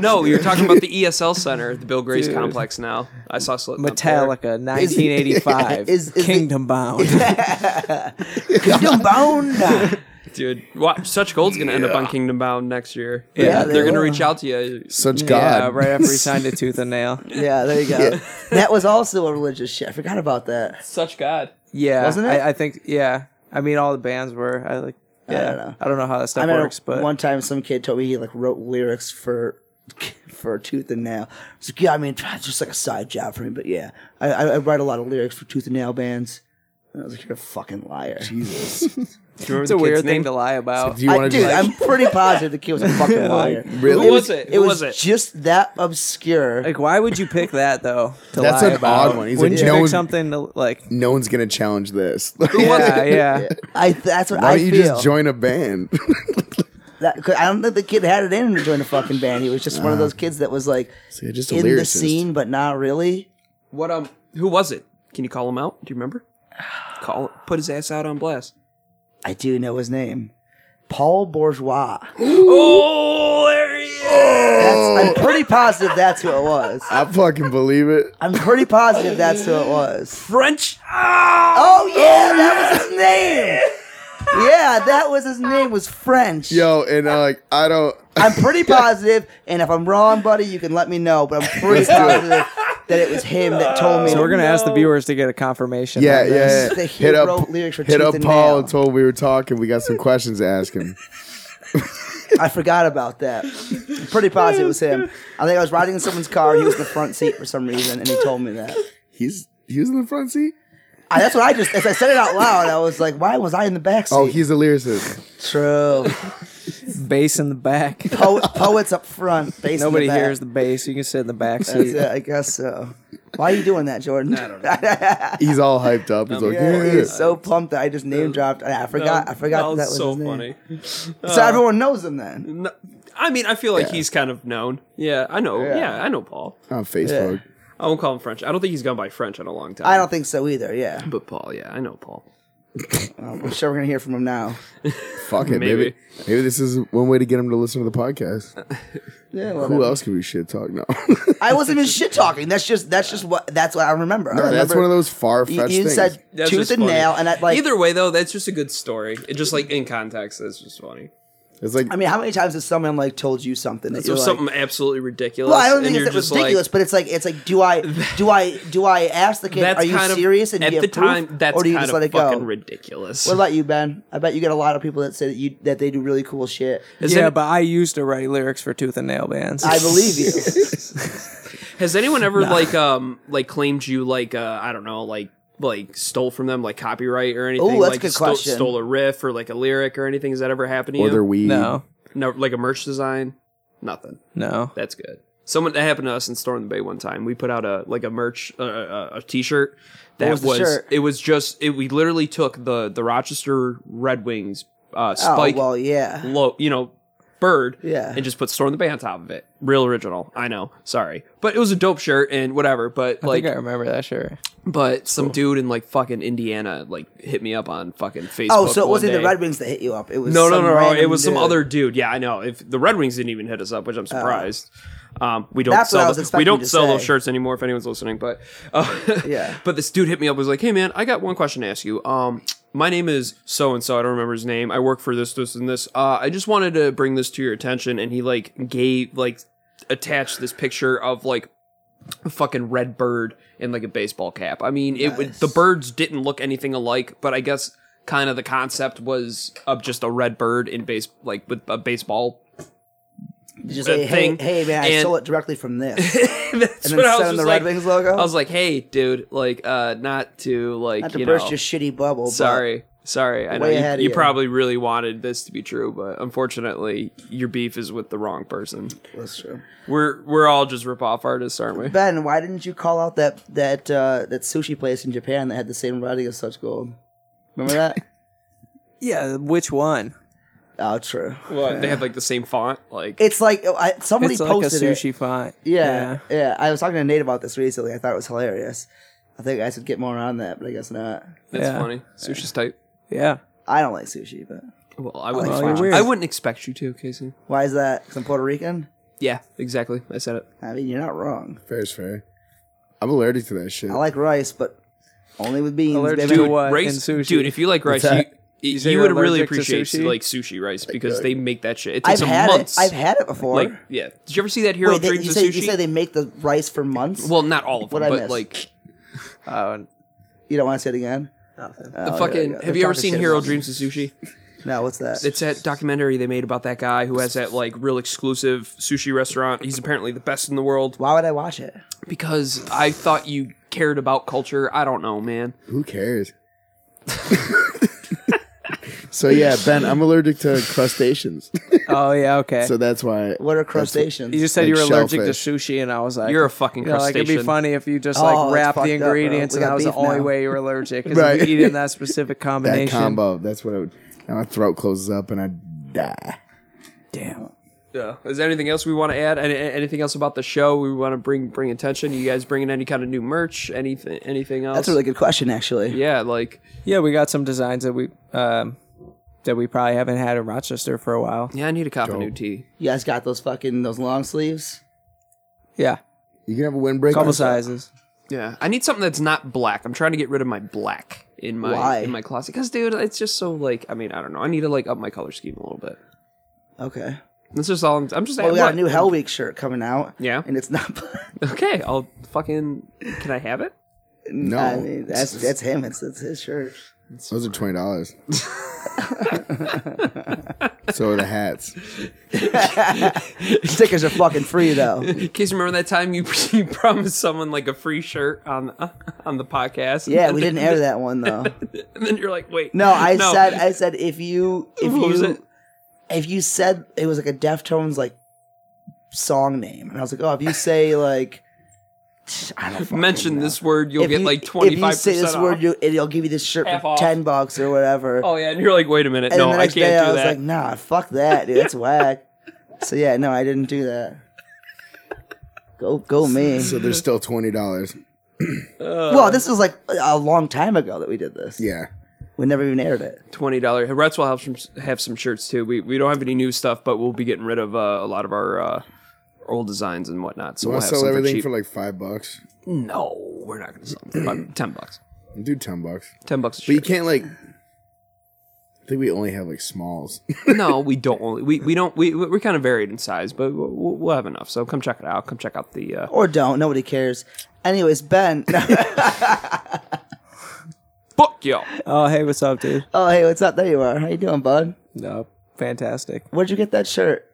Speaker 2: no, you were talking about the ESL Center, the Bill Gray's complex. Now I saw Slipknot. there.
Speaker 1: Metallica, 1985,
Speaker 3: Is- is the-
Speaker 1: Kingdom Bound.
Speaker 3: Kingdom Bound.
Speaker 2: dude. Watch, Such Gold's gonna end up on Kingdom Bound next year. Yeah,
Speaker 3: they
Speaker 2: they're gonna
Speaker 3: will.
Speaker 2: reach out to you.
Speaker 4: Such
Speaker 1: yeah,
Speaker 4: God.
Speaker 1: Uh, right after he signed a tooth and nail.
Speaker 3: yeah, there you go. That was also a religious shit. I forgot about that.
Speaker 2: Such God.
Speaker 1: Yeah,
Speaker 3: Wasn't it?
Speaker 1: I, I think. Yeah, I mean, all the bands were. I like. Yeah, I
Speaker 3: don't
Speaker 1: don't
Speaker 3: know.
Speaker 1: know. how that
Speaker 3: I
Speaker 1: stuff
Speaker 3: remember
Speaker 1: works, but
Speaker 3: one time some kid told me he like wrote lyrics for for Tooth and Nail. It's like, yeah, I mean, it's just like a side job for me, but yeah, I, I, I write a lot of lyrics for Tooth and Nail bands. And I was like, you're a fucking liar.
Speaker 4: Jesus.
Speaker 1: it's a weird thing to lie about.
Speaker 4: Do you
Speaker 3: I,
Speaker 4: want to
Speaker 3: dude,
Speaker 4: just like,
Speaker 3: I'm pretty positive the kid was a fucking liar.
Speaker 4: really?
Speaker 2: Who was it?
Speaker 3: It
Speaker 2: Who was
Speaker 3: was,
Speaker 2: it?
Speaker 3: just that obscure.
Speaker 1: Like, why would you pick that though? To
Speaker 4: That's
Speaker 1: lie
Speaker 4: an
Speaker 1: about?
Speaker 4: odd one. He's like,
Speaker 1: Wouldn't you
Speaker 4: no
Speaker 1: pick
Speaker 4: one-
Speaker 1: something to, like?
Speaker 4: no one's gonna challenge this.
Speaker 1: Yeah, yeah.
Speaker 3: I that's what
Speaker 4: Why
Speaker 3: I
Speaker 4: don't you
Speaker 3: feel.
Speaker 4: just join a band?
Speaker 3: That- 'cause I don't think the kid had it in him to join a fucking band. He was just one of those kids that was like
Speaker 4: So you're just a
Speaker 3: in the
Speaker 4: lyricist.
Speaker 3: scene, but not really.
Speaker 2: What um? Who was it? Can you call him out? Do you remember? Call. Put his ass out on blast.
Speaker 3: I do know his name, Paul Bourgeois.
Speaker 2: Oh, there he is.
Speaker 3: That's, I'm pretty positive that's who it was.
Speaker 4: I fucking believe it.
Speaker 3: I'm pretty positive that's who it was.
Speaker 2: French. Ah!
Speaker 3: Oh yeah, that was his name. Yeah, that was his name. Was French.
Speaker 4: Yo, and I like I don't
Speaker 3: I'm pretty positive, and if I'm wrong, buddy, you can let me know. But I'm pretty positive that it was him that told me.
Speaker 1: So we're gonna ask the viewers to get a confirmation.
Speaker 4: Yeah,
Speaker 1: on
Speaker 4: yeah.
Speaker 1: this.
Speaker 4: yeah.
Speaker 3: That he
Speaker 4: hit up
Speaker 3: wrote lyrics for
Speaker 4: hit
Speaker 3: Tooth
Speaker 4: up
Speaker 3: and
Speaker 4: Paul
Speaker 3: Nail.
Speaker 4: and told we were talking. We got some questions to ask him.
Speaker 3: I forgot about that. I'm pretty positive it was him. I think I was riding in someone's car. He was in the front seat for some reason, and he told me that.
Speaker 4: He's he was in the front seat.
Speaker 3: I, that's what I just. As I said it out loud, I was like, "Why was I in the back seat?"
Speaker 4: Oh, he's a lyricist.
Speaker 3: true.
Speaker 1: bass in the back.
Speaker 3: Po- poets up front. Bass
Speaker 1: Nobody
Speaker 3: in the back.
Speaker 1: hears the bass. You can sit in the back
Speaker 3: That's
Speaker 1: seat.
Speaker 3: it, I guess so. Why are you doing that, Jordan? I don't know.
Speaker 4: He's all hyped up. He's like, yeah,
Speaker 3: He's so pumped that I just name dropped. I I forgot. I forgot
Speaker 2: That
Speaker 3: that,
Speaker 2: was
Speaker 3: was Uh,
Speaker 2: so
Speaker 3: his name.
Speaker 2: funny.
Speaker 3: So everyone knows him then.
Speaker 2: No, I mean, I feel like he's kind of known. Yeah, I know. Yeah, I know Paul.
Speaker 4: on Facebook.
Speaker 2: I won't call him French. I don't think he's gone by French in a long time.
Speaker 3: I don't think so either. Yeah,
Speaker 2: But Paul, yeah, I know Paul.
Speaker 3: I'm sure we're gonna hear from him now.
Speaker 4: Fuck it, maybe.
Speaker 2: Maybe.
Speaker 4: maybe this is one way to get him to listen to the podcast.
Speaker 3: Yeah,
Speaker 4: Who
Speaker 3: whatever.
Speaker 4: else can we shit talk now?
Speaker 3: I wasn't even shit talking. That's just that's just what that's what I remember. I
Speaker 4: That's
Speaker 3: remember
Speaker 4: one of those far
Speaker 3: You,
Speaker 4: fetched
Speaker 3: you
Speaker 4: things.
Speaker 3: said
Speaker 2: That's
Speaker 3: tooth
Speaker 2: just
Speaker 3: and
Speaker 2: funny.
Speaker 3: nail, and I like.
Speaker 2: Either way, though, that's just a good story. It just like in context, that's just funny.
Speaker 4: it's like
Speaker 3: I mean, how many times has someone like told you something that
Speaker 2: So
Speaker 3: you're like?
Speaker 2: something absolutely ridiculous.
Speaker 3: well, I don't think
Speaker 2: and
Speaker 3: it's
Speaker 2: you're
Speaker 3: that
Speaker 2: just
Speaker 3: ridiculous,
Speaker 2: Like,
Speaker 3: but it's like it's like do I do I do I ask the kid?
Speaker 2: that's
Speaker 3: Are you
Speaker 2: kind of
Speaker 3: serious? And
Speaker 2: at
Speaker 3: do you
Speaker 2: the
Speaker 3: have proof,
Speaker 2: time, that's
Speaker 3: or do you
Speaker 2: kind
Speaker 3: just
Speaker 2: of
Speaker 3: let it
Speaker 2: fucking
Speaker 3: go?
Speaker 2: ridiculous.
Speaker 3: What about you, Ben? I bet you get a lot of people that say that you that they do really cool shit.
Speaker 2: Has
Speaker 1: Yeah,
Speaker 2: any-
Speaker 1: but I used to write lyrics for Tooth and Nail bands.
Speaker 3: I believe you.
Speaker 2: Has anyone ever like um like claimed you like uh I don't know like like stole from them like copyright or anything?
Speaker 3: Ooh, that's
Speaker 2: like,
Speaker 3: a good
Speaker 2: stole,
Speaker 3: question.
Speaker 2: Stole a riff or like a lyric or anything? Has that ever happened to
Speaker 4: or
Speaker 2: you?
Speaker 4: their weed.
Speaker 1: no,
Speaker 2: no, like a merch design? Nothing.
Speaker 1: no.
Speaker 2: That's good. Someone that happened to us in Storm the Bay one time. We put out a like a merch uh, a, a t-shirt that
Speaker 3: was the shirt?
Speaker 2: it was just it, we literally took the the Rochester Red Wings uh
Speaker 3: oh
Speaker 2: spike
Speaker 3: well, yeah.
Speaker 2: low, you know, bird.
Speaker 3: Yeah.
Speaker 2: And just put Storm the Bay on top of it. Real original. I know. Sorry. But it was a dope shirt and whatever. But
Speaker 1: I
Speaker 2: like
Speaker 1: think I remember that. Sure.
Speaker 2: but some dude in like fucking Indiana like hit me up on fucking Facebook.
Speaker 3: Oh, so it
Speaker 2: one
Speaker 3: wasn't
Speaker 2: day.
Speaker 3: the Red Wings that hit you up. It was
Speaker 2: No, no,
Speaker 3: some
Speaker 2: no, no. It
Speaker 3: random
Speaker 2: was some
Speaker 3: dude. Oh.
Speaker 2: other dude. Yeah, I know. If the Red Wings didn't even hit us up, which I'm surprised. um, we don't
Speaker 3: That's what I
Speaker 2: sell
Speaker 3: was
Speaker 2: the- we
Speaker 3: expecting
Speaker 2: don't
Speaker 3: to
Speaker 2: sell those
Speaker 3: say.
Speaker 2: shirts anymore. If anyone's listening, but uh,
Speaker 3: Yeah.
Speaker 2: But this dude hit me up was like, "Hey man, I got one question to ask you. Um, my name is so and so. I don't remember his name. I work for this, this, and this. Uh, I just wanted to bring this to your attention." And he like gave like attached this picture of like a fucking red bird and like a baseball cap. I mean, it would the birds didn't look anything alike, but I guess kind of the concept was of just a red bird in base like with a baseball.
Speaker 3: Just
Speaker 2: uh,
Speaker 3: say, hey,
Speaker 2: thing,
Speaker 3: hey, man, I
Speaker 2: and-
Speaker 3: stole it directly from this.
Speaker 2: That's what
Speaker 3: And
Speaker 2: I
Speaker 3: then set
Speaker 2: was
Speaker 3: on
Speaker 2: just
Speaker 3: the
Speaker 2: like.
Speaker 3: Red Wings logo.
Speaker 2: I was like, "Hey, dude, like, uh, not to like,
Speaker 3: Not to
Speaker 2: you
Speaker 3: burst
Speaker 2: know,
Speaker 3: your shitty bubble. but-
Speaker 2: sorry, sorry. I know
Speaker 3: way
Speaker 2: you,
Speaker 3: ahead of
Speaker 2: you
Speaker 3: you.
Speaker 2: probably really wanted this to be true, but unfortunately, your beef is with the wrong person.
Speaker 3: That's true.
Speaker 2: We're we're all just ripoff artists, aren't we?
Speaker 3: Ben, why didn't you call out that that uh, that sushi place in Japan that had the same writing as Such Gold? Remember that?
Speaker 1: Yeah, which one?
Speaker 3: oh, true.
Speaker 2: What they have like the same font, like
Speaker 3: It's like oh, I, somebody
Speaker 1: It's like a
Speaker 3: posted it.
Speaker 1: sushi font.
Speaker 3: Yeah, yeah, I was talking to Nate about this recently. I thought it was hilarious. I think I should get more on that, but I guess not.
Speaker 2: That's
Speaker 1: Yeah.
Speaker 2: funny. Sushi's tight.
Speaker 1: Yeah.
Speaker 3: I don't like sushi, but
Speaker 2: Well, I wouldn't.
Speaker 3: Well,
Speaker 2: expect-
Speaker 1: you're weird.
Speaker 2: I wouldn't expect you to, Casey.
Speaker 3: why is that? Because I'm Puerto Rican.
Speaker 2: Yeah, exactly. I said it.
Speaker 3: I mean, you're not wrong.
Speaker 4: Fair is fair. I'm allergic to that shit.
Speaker 3: I like rice, but only with beans.
Speaker 1: Allergic
Speaker 3: baby.
Speaker 1: to what?
Speaker 2: rice,
Speaker 1: in sushi?
Speaker 2: dude. If you like rice, you,
Speaker 4: that?
Speaker 2: you,
Speaker 1: say you're
Speaker 2: would really
Speaker 1: allergic to
Speaker 2: appreciate
Speaker 1: sushi?
Speaker 2: like sushi rice because they make that shit. It
Speaker 3: I've
Speaker 2: takes a
Speaker 3: had
Speaker 2: months.
Speaker 3: it. I've had it before.
Speaker 2: like, yeah. Did you ever see that Hero
Speaker 3: Wait, they,
Speaker 2: Dreams
Speaker 3: you,
Speaker 2: of
Speaker 3: say,
Speaker 2: Sushi?
Speaker 3: you say they make the rice for months?
Speaker 2: well, not all of them,
Speaker 3: What'd I
Speaker 2: but
Speaker 3: miss?
Speaker 2: like
Speaker 1: Oh,
Speaker 3: you don't want to say it again?
Speaker 2: the
Speaker 3: Oh, there
Speaker 2: fucking.
Speaker 3: go.
Speaker 2: have
Speaker 3: They're
Speaker 2: you ever
Speaker 3: talking
Speaker 2: seen
Speaker 3: shit
Speaker 2: Hero
Speaker 3: about me.
Speaker 2: Dreams of Sushi?
Speaker 3: No, what's that?
Speaker 2: It's that documentary they made about that guy who has that like real exclusive sushi restaurant. He's apparently the best in the world
Speaker 3: why would I watch it?
Speaker 2: because I thought you cared about culture. I don't know, man.
Speaker 4: Who cares? so yeah, Ben, I'm allergic to crustaceans.
Speaker 1: oh yeah. Okay.
Speaker 4: so that's why.
Speaker 3: What are crustaceans?
Speaker 1: you just said
Speaker 4: like
Speaker 1: you were allergic
Speaker 4: shellfish.
Speaker 1: to sushi, and I was like,
Speaker 2: You're a fucking
Speaker 1: you know, like it'd be
Speaker 2: crustacean.
Speaker 1: funny if you just
Speaker 3: Oh,
Speaker 1: like
Speaker 3: that's
Speaker 1: wrap
Speaker 3: fucked
Speaker 1: the
Speaker 3: up, bro.
Speaker 1: ingredients,
Speaker 3: We
Speaker 1: and
Speaker 3: got
Speaker 1: that was the
Speaker 3: beef
Speaker 1: only
Speaker 3: now.
Speaker 1: way you were allergic. Because
Speaker 4: Right.
Speaker 1: if you eat it in that specific
Speaker 4: That
Speaker 1: combination,
Speaker 4: combo. That's what I would. And my throat closes up and I die.
Speaker 1: damn.
Speaker 2: Yeah. Is there anything else we want to add? Any, anything else about the show we want to bring bring attention? You guys bringing any kind of new merch? Anything? Anything else?
Speaker 3: That's a really good question, actually.
Speaker 2: yeah. Like
Speaker 1: Yeah, we got some designs that we um, that we probably haven't had in Rochester for a while.
Speaker 2: yeah, I need a cop a new tee.
Speaker 3: You guys got those fucking those long sleeves?
Speaker 1: Yeah,
Speaker 4: You can have a windbreaker.
Speaker 1: couple sizes.
Speaker 2: Yeah. I need something that's not black. I'm trying to get rid of my black in my
Speaker 3: Why?
Speaker 2: in my closet because dude, it's just so like. I mean, I don't know. I need to like up my color scheme a little bit.
Speaker 3: Okay.
Speaker 2: That's just all. I'm, I'm just.
Speaker 3: Well, we
Speaker 2: I'm
Speaker 3: got a
Speaker 2: not-
Speaker 3: new Hell Week shirt coming out.
Speaker 2: Yeah.
Speaker 3: And it's not.
Speaker 2: Okay, I'll fucking. Can I have it?
Speaker 4: No,
Speaker 3: I mean, that's that's him. It's, it's his shirt.
Speaker 4: those are twenty dollars. so are the hats.
Speaker 3: Stickers are fucking free though.
Speaker 2: In case you remember that time you, you promised someone like a free shirt on on the podcast.
Speaker 3: Yeah, we didn't air that one though.
Speaker 2: And then you're like, wait.
Speaker 3: No, I said I said if you if
Speaker 2: What was it?
Speaker 3: you if you said it was like a Deftones like song name, and I was like, oh, if you say like I don't fucking
Speaker 2: mention
Speaker 3: know.
Speaker 2: this word, you'll
Speaker 3: If
Speaker 2: get
Speaker 3: you-
Speaker 2: like twenty
Speaker 3: If
Speaker 2: five
Speaker 3: you say
Speaker 2: percent
Speaker 3: this
Speaker 2: off.
Speaker 3: word, you, it'll give you this shirt
Speaker 2: Half
Speaker 3: for
Speaker 2: off.
Speaker 3: ten bucks or whatever.
Speaker 2: oh yeah, and you're like, wait a minute,
Speaker 3: and
Speaker 2: no,
Speaker 3: then the
Speaker 2: I
Speaker 3: next
Speaker 2: can't
Speaker 3: day I
Speaker 2: do
Speaker 3: was
Speaker 2: that.
Speaker 3: like, nah, fuck that, dude. That's whack. So yeah, no, I didn't do that. Go, go me.
Speaker 2: uh,
Speaker 4: So they're still twenty dollars.
Speaker 3: well, this was like a long time ago that we did this.
Speaker 4: Yeah.
Speaker 3: We never even aired it.
Speaker 2: Twenty dollar. Rats will have some have some shirts too. We we don't have any new stuff, but we'll be getting rid of uh, a lot of our uh, old designs and whatnot. So
Speaker 4: I
Speaker 2: we'll have
Speaker 4: sell
Speaker 2: something
Speaker 4: everything
Speaker 2: cheap.
Speaker 4: for like five bucks.
Speaker 2: no, we're not gonna sell them. About ten bucks.
Speaker 4: Do ten bucks.
Speaker 2: Ten bucks a
Speaker 4: But you
Speaker 2: shirt.
Speaker 4: can't like. I think we only have like smalls.
Speaker 2: no, we don't. Only, we we don't. We we're kind of varied in size, but we'll, we'll have enough. So come check it out. Come check out the. Uh,
Speaker 3: Or don't. Nobody cares. Anyways, Ben.
Speaker 2: Fuck yo.
Speaker 1: Oh hey, what's up, dude?
Speaker 3: oh, hey, what's up? There you are. How you doing, bud?
Speaker 1: No, fantastic.
Speaker 3: Where'd you get that shirt?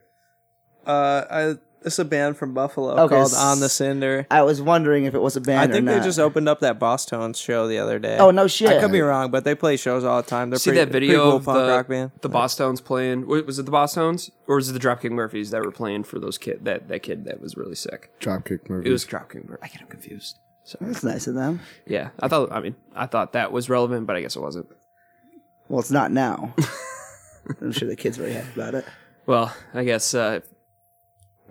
Speaker 1: Uh, I this is a band from Buffalo
Speaker 3: Okay,
Speaker 1: called
Speaker 3: s-
Speaker 1: On the Cinder.
Speaker 3: I was wondering if it was a
Speaker 1: I
Speaker 3: band or
Speaker 1: think they
Speaker 3: not.
Speaker 1: just opened up that Boss Tones show the other day.
Speaker 3: Oh, no shit.
Speaker 1: I could be wrong, but they play shows all the time. They're
Speaker 2: See
Speaker 1: pretty,
Speaker 2: that
Speaker 1: pretty
Speaker 2: video
Speaker 1: cool
Speaker 2: of
Speaker 1: punk
Speaker 2: the,
Speaker 1: rock band.
Speaker 2: the Boss Tones playing? wa- Was it the Boss Tones or was it the Dropkick Murphys that were playing for those kid that that kid that was really sick?
Speaker 4: Dropkick
Speaker 2: It
Speaker 4: movies.
Speaker 2: was Dropkick. Mur- I get them confused. Sorry.
Speaker 3: That's nice of them.
Speaker 2: Yeah, I thought. I mean, I thought that was relevant, but I guess it wasn't.
Speaker 3: Well, it's not now. I'm sure the kid's very happy about it.
Speaker 2: Well, I guess uh,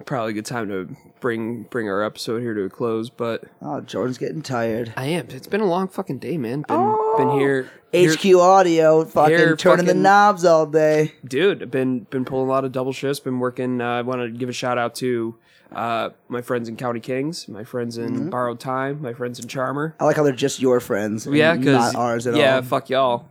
Speaker 2: probably a good time to bring bring our episode here to a close. But
Speaker 3: Oh, Jordan's getting tired.
Speaker 2: I am. It's been a long fucking day, man. Been
Speaker 1: Oh,
Speaker 2: been here. here-
Speaker 3: HQ Audio fucking
Speaker 2: You're
Speaker 3: turning the
Speaker 2: fucking-
Speaker 3: knobs all day.
Speaker 2: dude i've been been pulling a lot of double shifts been working uh, i want to give a shout out to uh, my friends in county kings my friends in
Speaker 3: Mm-hmm.
Speaker 2: borrowed time my friends in charmer
Speaker 3: I like how they're just your friends. and
Speaker 2: yeah because
Speaker 3: not ours at
Speaker 2: yeah
Speaker 3: all.
Speaker 2: fuck y'all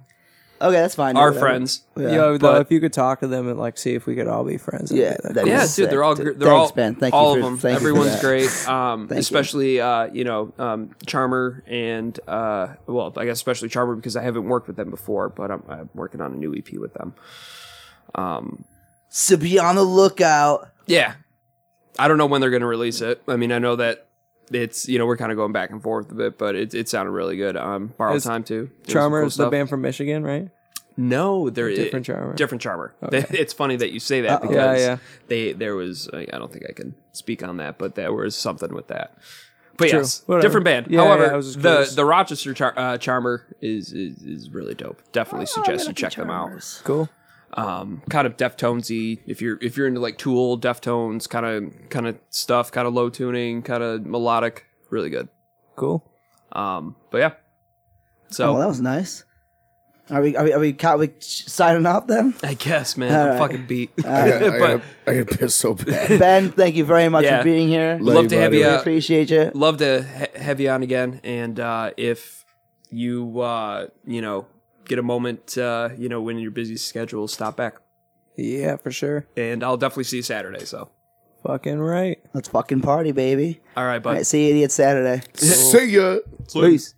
Speaker 3: okay, that's fine.
Speaker 2: our
Speaker 3: Whatever.
Speaker 2: friends
Speaker 3: Yeah.
Speaker 1: Yo, though,
Speaker 2: but-
Speaker 1: if you could talk to them and like see if we could all be friends. that'd
Speaker 3: Yeah,
Speaker 1: be-
Speaker 3: that'd be
Speaker 2: yeah,
Speaker 3: sick,
Speaker 2: dude, they're all
Speaker 3: dude.
Speaker 2: gr- they're
Speaker 3: Thanks,
Speaker 2: all
Speaker 3: Ben. Thank you
Speaker 2: all
Speaker 3: for-
Speaker 2: of them.
Speaker 3: thank you for
Speaker 2: Everyone's
Speaker 3: that.
Speaker 2: great, um,
Speaker 3: you.
Speaker 2: especially uh, you know um, Charmer and uh, well, I guess especially Charmer because I haven't worked with them before, but I'm, I'm working on a new EP with them.
Speaker 3: So be on the lookout.
Speaker 2: Yeah. I don't know when they're going to release it. I mean, I know that it's, you know, we're kind of going back and forth a bit, but it, it sounded really good. Um, Borrowed
Speaker 1: Is
Speaker 2: Time, too. Doing some
Speaker 1: Charmer
Speaker 2: cool
Speaker 1: is the
Speaker 2: stuff.
Speaker 1: band from Michigan, right?
Speaker 2: No, they're
Speaker 1: Different
Speaker 2: it-
Speaker 1: Charmer. Uh,
Speaker 2: Different Charmer. They- it's funny that you say that
Speaker 3: Uh-oh.
Speaker 2: because
Speaker 1: Yeah, yeah.
Speaker 2: they there was, I I don't think I can speak on that, but there was something with that. But
Speaker 1: True.
Speaker 2: yes,
Speaker 1: Whatever.
Speaker 2: different band.
Speaker 1: Yeah,
Speaker 2: However,
Speaker 1: yeah, I was just
Speaker 2: the
Speaker 1: curious.
Speaker 2: the Rochester Char- uh, Charmer is, is is really dope. Definitely
Speaker 3: Oh,
Speaker 2: suggest you check them out
Speaker 1: Cool.
Speaker 2: um, kind of Deftonesy. If you're if you're into like Tool, Deftones, kind of kind of stuff, kind of low tuning, kind of melodic, really good.
Speaker 1: Cool.
Speaker 2: Um, but yeah.
Speaker 3: Oh,
Speaker 2: So
Speaker 3: well, that was nice. Are we are we are we, ca- we signing off then?
Speaker 2: I guess, man,
Speaker 3: All
Speaker 2: I'm
Speaker 3: right.
Speaker 2: fucking beat.
Speaker 4: I got, I,
Speaker 2: but
Speaker 4: got, I got pissed so bad.
Speaker 3: Ben, thank you very much
Speaker 2: Yeah.
Speaker 3: for being here.
Speaker 4: Love
Speaker 2: love
Speaker 4: you,
Speaker 2: to have
Speaker 4: buddy.
Speaker 2: you.
Speaker 3: We
Speaker 2: uh,
Speaker 3: appreciate you.
Speaker 2: love to ha- have you on again. And uh, if you uh, you know get a moment, uh, you know when your busy schedule, stop back.
Speaker 1: Yeah, for sure.
Speaker 2: And I'll definitely see you Saturday. So
Speaker 1: Fucking right.
Speaker 3: Let's fucking party, baby.
Speaker 2: all right, bud.
Speaker 3: All right, see you, idiot, Saturday.
Speaker 4: See ya.
Speaker 3: Peace.